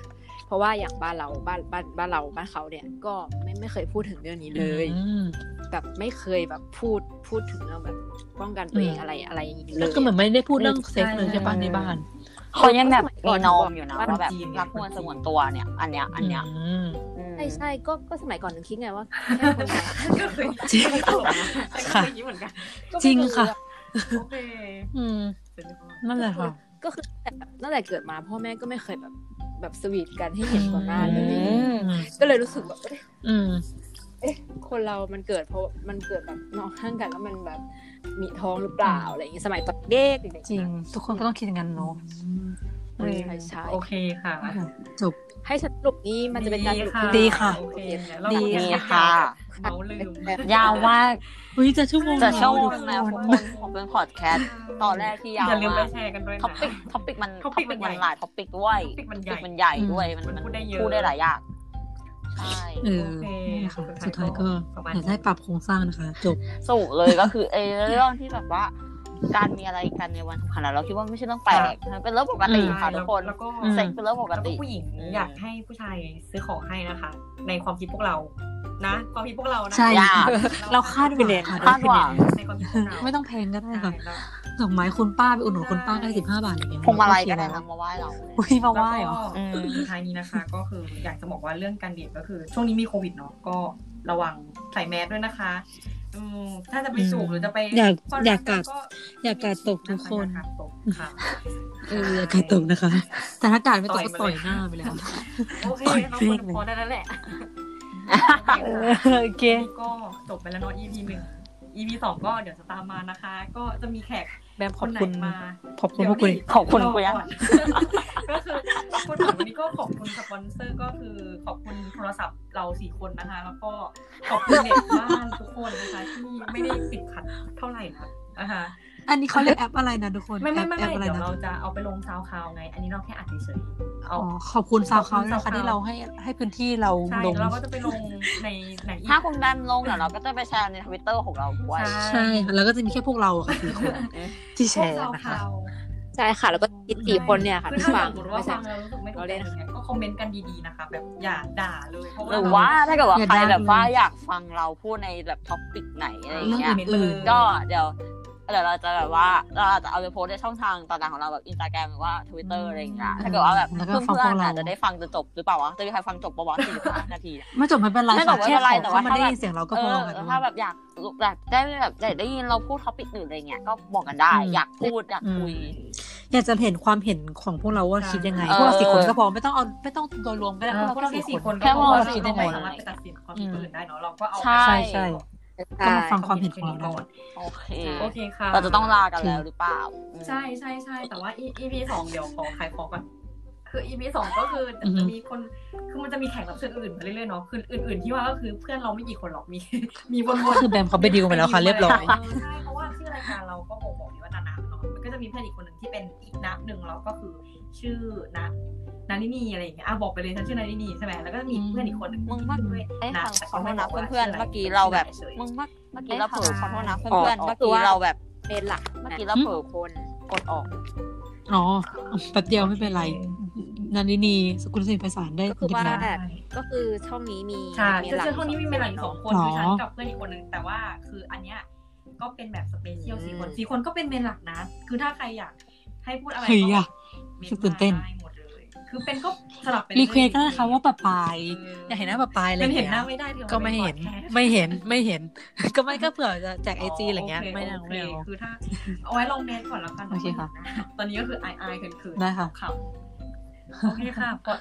Speaker 4: เพราะว่าอย่างบ้านเราบ้านบ้านบ้านเราบ้านเขาเนี่ยก็ไม่ไม่เคยพูดถึงเรื่องนี้เลย
Speaker 2: อืม
Speaker 4: แบบไม่เคยแบบพูดพูดถึงเรื่องแบบป้องกันตัวเอง
Speaker 2: อืม
Speaker 4: อะไรอะไรอย่างนี้เลย
Speaker 2: ก็คือเหมือนไม่ได้พูดเรื่องเซ็กส์
Speaker 1: ใช่
Speaker 2: เลยใช่ป่ะในบ้าน
Speaker 3: เขายังแบบมีนอมอยู่นะ
Speaker 4: ว่า
Speaker 3: ว่าแบบรักนวลสงวนตัวเนี่ย อันเนี้ยอันเนี้ย
Speaker 2: ม
Speaker 4: ใช่ใช่ก็ก็สมัยก่อนหนูคิดไงว่าแค่คนรัก
Speaker 1: ก็คือ
Speaker 2: จริง
Speaker 1: ก็คือ
Speaker 2: ค่ะ
Speaker 1: อย่างนี้เหมือนกัน
Speaker 4: ก็ไม่
Speaker 2: จริงค่ะ
Speaker 1: โอเค
Speaker 2: อืม
Speaker 1: เสร็จเรียบร้อย
Speaker 2: นั่นแหละค่ะ
Speaker 4: ก็คือแบบตั้งแต่เกิดมาพ่อแม่ก็ไม่เคยแบบแบบสวีทกันให้เห็นต่อหน้าเล
Speaker 2: อื
Speaker 4: ย
Speaker 3: ม
Speaker 4: ก็เลยรู้สึกแบบเอ๊ะ
Speaker 2: อืม
Speaker 4: คนเรามันเกิดเพราะมันเกิดแบบนอกข้างกันแล้วมันแบบมีท้องหรือเปล่าอะไรอย่างนี้สมัยตอนเด็กอะไรอย่าง
Speaker 2: จริ
Speaker 4: เงี้
Speaker 2: ง
Speaker 4: ย
Speaker 2: ทุกคนก็ต้องคิดอย่างนั้นเนาะ
Speaker 1: อืม
Speaker 4: ใช่ใช่
Speaker 1: โอเคค่ะ
Speaker 2: จบ
Speaker 4: ให้สรุปนี้มันจะเป็นการสรุปที่
Speaker 2: ดีค่ะ
Speaker 1: โอเค
Speaker 2: ดี
Speaker 3: ดีค่ะ
Speaker 1: เมาลืม
Speaker 3: ยาวมาก
Speaker 2: เฮ้ยจะชั่วโมงแล้
Speaker 3: จะ
Speaker 2: ว
Speaker 3: ชั่วโม
Speaker 2: ทุ
Speaker 3: ง
Speaker 2: ก
Speaker 3: แล้ว
Speaker 2: ค
Speaker 3: ทุก
Speaker 2: น
Speaker 3: คนของเป็นพอดแคสต์ตอนแรกที่ยาว
Speaker 1: อย่าลืมไป
Speaker 3: มาก
Speaker 1: แชร์กันด้วยนะ
Speaker 3: ท็อปิกท็อปิกมันท็อ
Speaker 1: topic
Speaker 3: ปิ
Speaker 1: มั
Speaker 3: กมัน
Speaker 1: น
Speaker 3: หลายท็อปิกด้วย
Speaker 1: topic มันใหญ่
Speaker 3: topic มันใหญ่ด้วย
Speaker 2: อืม
Speaker 3: มันมัน
Speaker 1: พู
Speaker 3: พู
Speaker 1: ด
Speaker 3: ด
Speaker 1: ได้เยอะ
Speaker 3: ได้หลายอย่างใช่
Speaker 2: เออ
Speaker 1: โอเค
Speaker 2: นั่นแหละค่ะ
Speaker 1: สุ
Speaker 2: สุ
Speaker 1: ด
Speaker 2: ด
Speaker 1: ท้า
Speaker 2: ท้าย ย
Speaker 1: ก็
Speaker 2: ก็
Speaker 1: ประมาณ
Speaker 2: อยากได้ปรับโครงสร้างนะคะ จบ
Speaker 3: สรุปเลยก็คือเออเรื่องที่แบบว่า การมีอะไรกันในวันสำคัญอะเราคิดว่าไม่ใช่เรื่องแปลกนะเป็นเรื่องปกติค่ะทุกคน
Speaker 1: แล้วก็
Speaker 2: อืม
Speaker 3: เซ็กเป็นเรื่องปก
Speaker 1: แล้วก็
Speaker 3: ติ
Speaker 1: ผู้หญิงอยากให้ผู้ชายซื้อของให้นะคะ ในความคิดพวกเรา นะความคิดพวกเรานะ
Speaker 2: ใช่
Speaker 3: อยาก
Speaker 2: เราคาดหวังค่ะ
Speaker 3: คาดหวัง
Speaker 1: ในความคิดพวกเรา
Speaker 2: ไม่ต้องแพงก็ได้
Speaker 1: ใช่
Speaker 2: ค่ะ
Speaker 1: แล้ว
Speaker 2: ดอกไม้คุณป้าไปอุดหนุนคุณป้าก็ได้
Speaker 1: ใช่
Speaker 2: สิบห้าบาทอย่างเงี้ย
Speaker 3: พวงมาลัยก็ได้
Speaker 2: นะ
Speaker 3: นะมาไหว้เรา
Speaker 2: อุ้ยมาไหว้เหรอ
Speaker 1: แล้วก็สุดท้ายนี้นะคะ ก็คืออยากจะบอกว่าเรื่องการเดทก็คือ ช่วงนี้มีโควิดเนาะก็ระวังใส่แมสด้วยนะคะอืมถ้าจะไปสูบหรือจะไป
Speaker 2: อยาก
Speaker 1: ควอน
Speaker 2: อยากกัด
Speaker 1: ก็
Speaker 2: อยากกัดตกทุกคน
Speaker 1: อยากัดตกค่ะ
Speaker 2: เอออย่ากระตุกนะคะ แต่ถ้ากาดไม่ตกก็
Speaker 1: ต่
Speaker 2: ต่
Speaker 1: อ
Speaker 2: อย ย
Speaker 1: มาเลย
Speaker 2: หน้าไปเลยค่ะ
Speaker 1: โอเคเราคน น
Speaker 2: คเพ่งเลย
Speaker 1: พอได้แล้วแหละ
Speaker 3: เอ
Speaker 2: โอเค
Speaker 1: วันนี้ก็จบไปแล้วเนาะ EP หนึ่ง EP สองก็เดี๋ยวจะตามมานะคะ ก็จะมีแขก
Speaker 2: แบมขอบคุณ
Speaker 1: นไหนมา
Speaker 2: ขอบคุณพวกคุณ
Speaker 1: เดี๋ย
Speaker 3: ขอบคุณ
Speaker 1: ร
Speaker 3: กูยัง
Speaker 1: อนก็คือขอบคุณวันนี้ก็ขอบคุณสปอนเซอร์ก็คือขอบคุณโทรศัพท์เราสี่คนนะคะ แล้วก็ขอบคุณเด็กบ้านทุกคนนะคะที่ไม่ได้ติดขัดเท่าไหร่นะนะคะ
Speaker 2: อันนี้เขาเรียกแอปอะไรนะทุกคน
Speaker 1: ไม่ไม่ไม่
Speaker 2: แอป
Speaker 1: ไม่
Speaker 2: แอปอะไร
Speaker 1: เดี๋ยว
Speaker 2: นะ
Speaker 1: เราจะเอาไปลงซาวคลาวไง อันนี้เราแค่อัดเฉยๆเอา
Speaker 2: อ๋อขอบคุณซาวเขา
Speaker 1: ขอบคุณ
Speaker 2: นะคะ
Speaker 1: SoundCloud
Speaker 2: ที่เราให้ให้พื้นที่เรา
Speaker 1: ใช่
Speaker 2: ลง
Speaker 1: แล้วเราก็จะไปลงในในอีก
Speaker 3: ถ้าคุณแบมลงเดี๋ยวเราก็จะไปแชร์ในทวิตเตอร์ของเราด้วย
Speaker 1: ใช่
Speaker 2: ใช่ค่ะแล้วก็จะมีแค่พวกเราอะค่ะสี่คนที่แช
Speaker 1: พวกซา
Speaker 2: ร์
Speaker 1: ว
Speaker 2: นะ
Speaker 1: ค
Speaker 2: คะ
Speaker 1: ลาว
Speaker 4: ใช่ค่ะ แล้วก็สี่คนเนี่ยค่ะ
Speaker 1: คือ
Speaker 4: ที่
Speaker 1: ถ้า
Speaker 4: ฟั
Speaker 1: ส
Speaker 4: ง
Speaker 1: มมติว่า
Speaker 4: ไม่ใช่
Speaker 1: ฟังแล้วรู้สึกไม่ถูกใจ
Speaker 4: เราเล่น
Speaker 1: เนี่ยก็คอมเมนต์กันดีๆนะคะ แบบอย่าด่าเลยเพราะ
Speaker 3: ห
Speaker 1: ว่า
Speaker 3: รือ
Speaker 1: เรา
Speaker 3: ว่าถ้าเกิดว่าใครแบบว่าอยากฟังเราพูดในแบบท็อปปิกไหนอะไรอย่าง
Speaker 2: เรื่อง
Speaker 3: เงี้ย
Speaker 2: อื่น
Speaker 3: ก็เดี๋ยวเดี๋ยวเราจะแบบว่าเราอาจจะเอาไปโพสต์ในช่องทางต่างๆของเราแบบอินสตาแกรมหรือว่าทวิตเตอร์อะไรอย่างเงี้ยถ้าเกิดว่าแบบ
Speaker 2: แล้วก็
Speaker 3: เพื่อน
Speaker 2: ฟัง
Speaker 3: เพื่
Speaker 2: พวน ก
Speaker 3: อ
Speaker 2: เรา
Speaker 3: อาจจะได้ฟังจนจบหรือเปล่าวะจะมีใครฟังจบปะวะสี่ห้านาทีอะ
Speaker 2: ไม่จบไม่เป็นไร
Speaker 3: ไม่จบ
Speaker 2: ค่ะ
Speaker 3: ไม่
Speaker 2: แค่
Speaker 3: เป็นไร
Speaker 2: ขอ
Speaker 3: แต่ว่า
Speaker 2: เข้ามาได้
Speaker 3: ถ้าแบบ
Speaker 2: ยินเสียงเราก็
Speaker 3: เอ
Speaker 2: พอ
Speaker 3: อ
Speaker 2: ค่ะ
Speaker 3: ถ้าแบบอยากอยากได้แบบอยากได้ยินเราพูดท็อปิกอื่นอะไรเงี้ยก็บอกกันได้
Speaker 2: อืม
Speaker 3: อยากพูดอยากคุย
Speaker 2: อยากจะเห็นความเห็นของพวกเราว่าคิดยังไง
Speaker 3: เออ
Speaker 2: พวกเราสี่คนก็พอไม่ต้องเอาไม่ต้องโดยรวมก็ได้
Speaker 1: เอ
Speaker 2: พว
Speaker 1: อก
Speaker 2: เรา
Speaker 1: พวกเราแค่
Speaker 2: แค่สี่
Speaker 1: สี่
Speaker 2: ค
Speaker 1: คน น
Speaker 3: แค่ว่าเราสี่
Speaker 1: ก็
Speaker 3: ค
Speaker 1: ไม่
Speaker 3: น
Speaker 1: สามารถไปตัดสินความคิดคนอื่นได้เนาะเราก็เอา
Speaker 3: ใช่
Speaker 2: ใช่ใช่ต้
Speaker 4: ใช่
Speaker 2: องมาฟังความเห็นของเราด้วย
Speaker 3: โอเค
Speaker 1: โอเคค่ะ
Speaker 3: เราจะต้องลากันแล้วหรือเปล่า
Speaker 1: ใช่ใช่ใช่แต่ว่า E- EP สองเดี๋ยวขอขายของก่อนคือ EP สองก็คือ
Speaker 2: อือฮึ
Speaker 1: จะมีคนคือมันจะมีแขกรับเชิญอื่นมาเรื่อยๆเนาะคืออื่น ๆ ที่ว่าก็คือเพื่อนเราไม่กี่คนหรอกมี (laughs) มีวนๆ
Speaker 2: คือแบมเขาไปดิวมาแล้วค่ะเรียบร้อย
Speaker 1: เใช่เพราะว่าชื่อรายการเราก็บอกบอกอยู่ว่านานาเนาะมันก็จะมีเพื่อนอีกคนหนึ่งที่เป็นอีกนะหนึ่งเราก็คือชื่อนะนานินีอะไรอย่างเงี้ยอ่ะบอกไปเลยฉันชื่อนานินีใช่ไหมแล้วก็จะมีเพื่อนอีกคนหนึ่ง
Speaker 3: มึงว่า
Speaker 1: ที่ด้วย
Speaker 3: เอ้ย
Speaker 1: นะ
Speaker 3: ขอ
Speaker 1: แต่
Speaker 3: ขอ
Speaker 1: เขา
Speaker 3: โท
Speaker 1: ไม่บ
Speaker 3: ษนะ
Speaker 1: กว่า
Speaker 3: เพื่อน
Speaker 1: ชื่ะไ
Speaker 3: ๆเมื่อกี้เราแบบ
Speaker 1: ฉยๆ
Speaker 3: มึงว่าเมื่อกี้เราเผลอขอโทษนะ
Speaker 4: อ๋อ
Speaker 3: เพื่อน
Speaker 4: อ๋
Speaker 3: ๆ
Speaker 4: อ
Speaker 3: เมื่อกี้เราแบบ
Speaker 4: เป็นหลัก
Speaker 3: เมื่อกี้เราเผลอ
Speaker 4: คน
Speaker 3: กดออก
Speaker 2: อ๋อแป๊บเดียวไม่เป็นไร นันนินีสกุลสินภาษานได้
Speaker 4: ก็คือ
Speaker 2: ดิบ
Speaker 4: ว่า
Speaker 2: นะ
Speaker 4: ก็คือช่องนี้มี
Speaker 1: ใช่
Speaker 4: มี
Speaker 1: คือ
Speaker 4: หลัก
Speaker 1: เช่วงนี้มีเมลาอยู่สองคน
Speaker 2: หรอ
Speaker 1: คือฉันกับเพื่อนอีกคนนึงแต่ว่าคืออันเนี้ยก็เป็นแบบสเปเชียล
Speaker 4: อืม
Speaker 1: สี่คนสี่คนก็เป็นเมนหลักนะ คือถ้าใครอยากให้พูดอะไร
Speaker 2: เฮ้ย
Speaker 1: ก็
Speaker 2: อะ
Speaker 1: เม
Speaker 2: ตื่นเต้น
Speaker 1: มาได้หมดเลยคือเป็นก็สลับเป็น
Speaker 2: รีเควสก็นะคะว่าปะปายอยากเห็นหน้าปะปายอะไรอ
Speaker 1: มัน
Speaker 2: ย่าง
Speaker 1: เห็นห
Speaker 2: เงี้
Speaker 1: น้าย ไม่ได้ถึง
Speaker 2: ก็ไม่เห็น
Speaker 1: ไม่
Speaker 2: ไม่เห็นไม่เห็น (laughs) ก็ไม่ก็เผื่อจะแจกไอจีอะไรเงี้ยไม่เอา
Speaker 1: โอเค
Speaker 2: ไม่เอา
Speaker 1: คือถ้าเอาไว้ลองเมนก่อนแล้วกันน
Speaker 2: โอเคค่ะ
Speaker 1: ตอนนี้ก็คืออายอายเขินๆ
Speaker 2: ได้ค่ะ
Speaker 1: ขำๆโอเคค่ะก็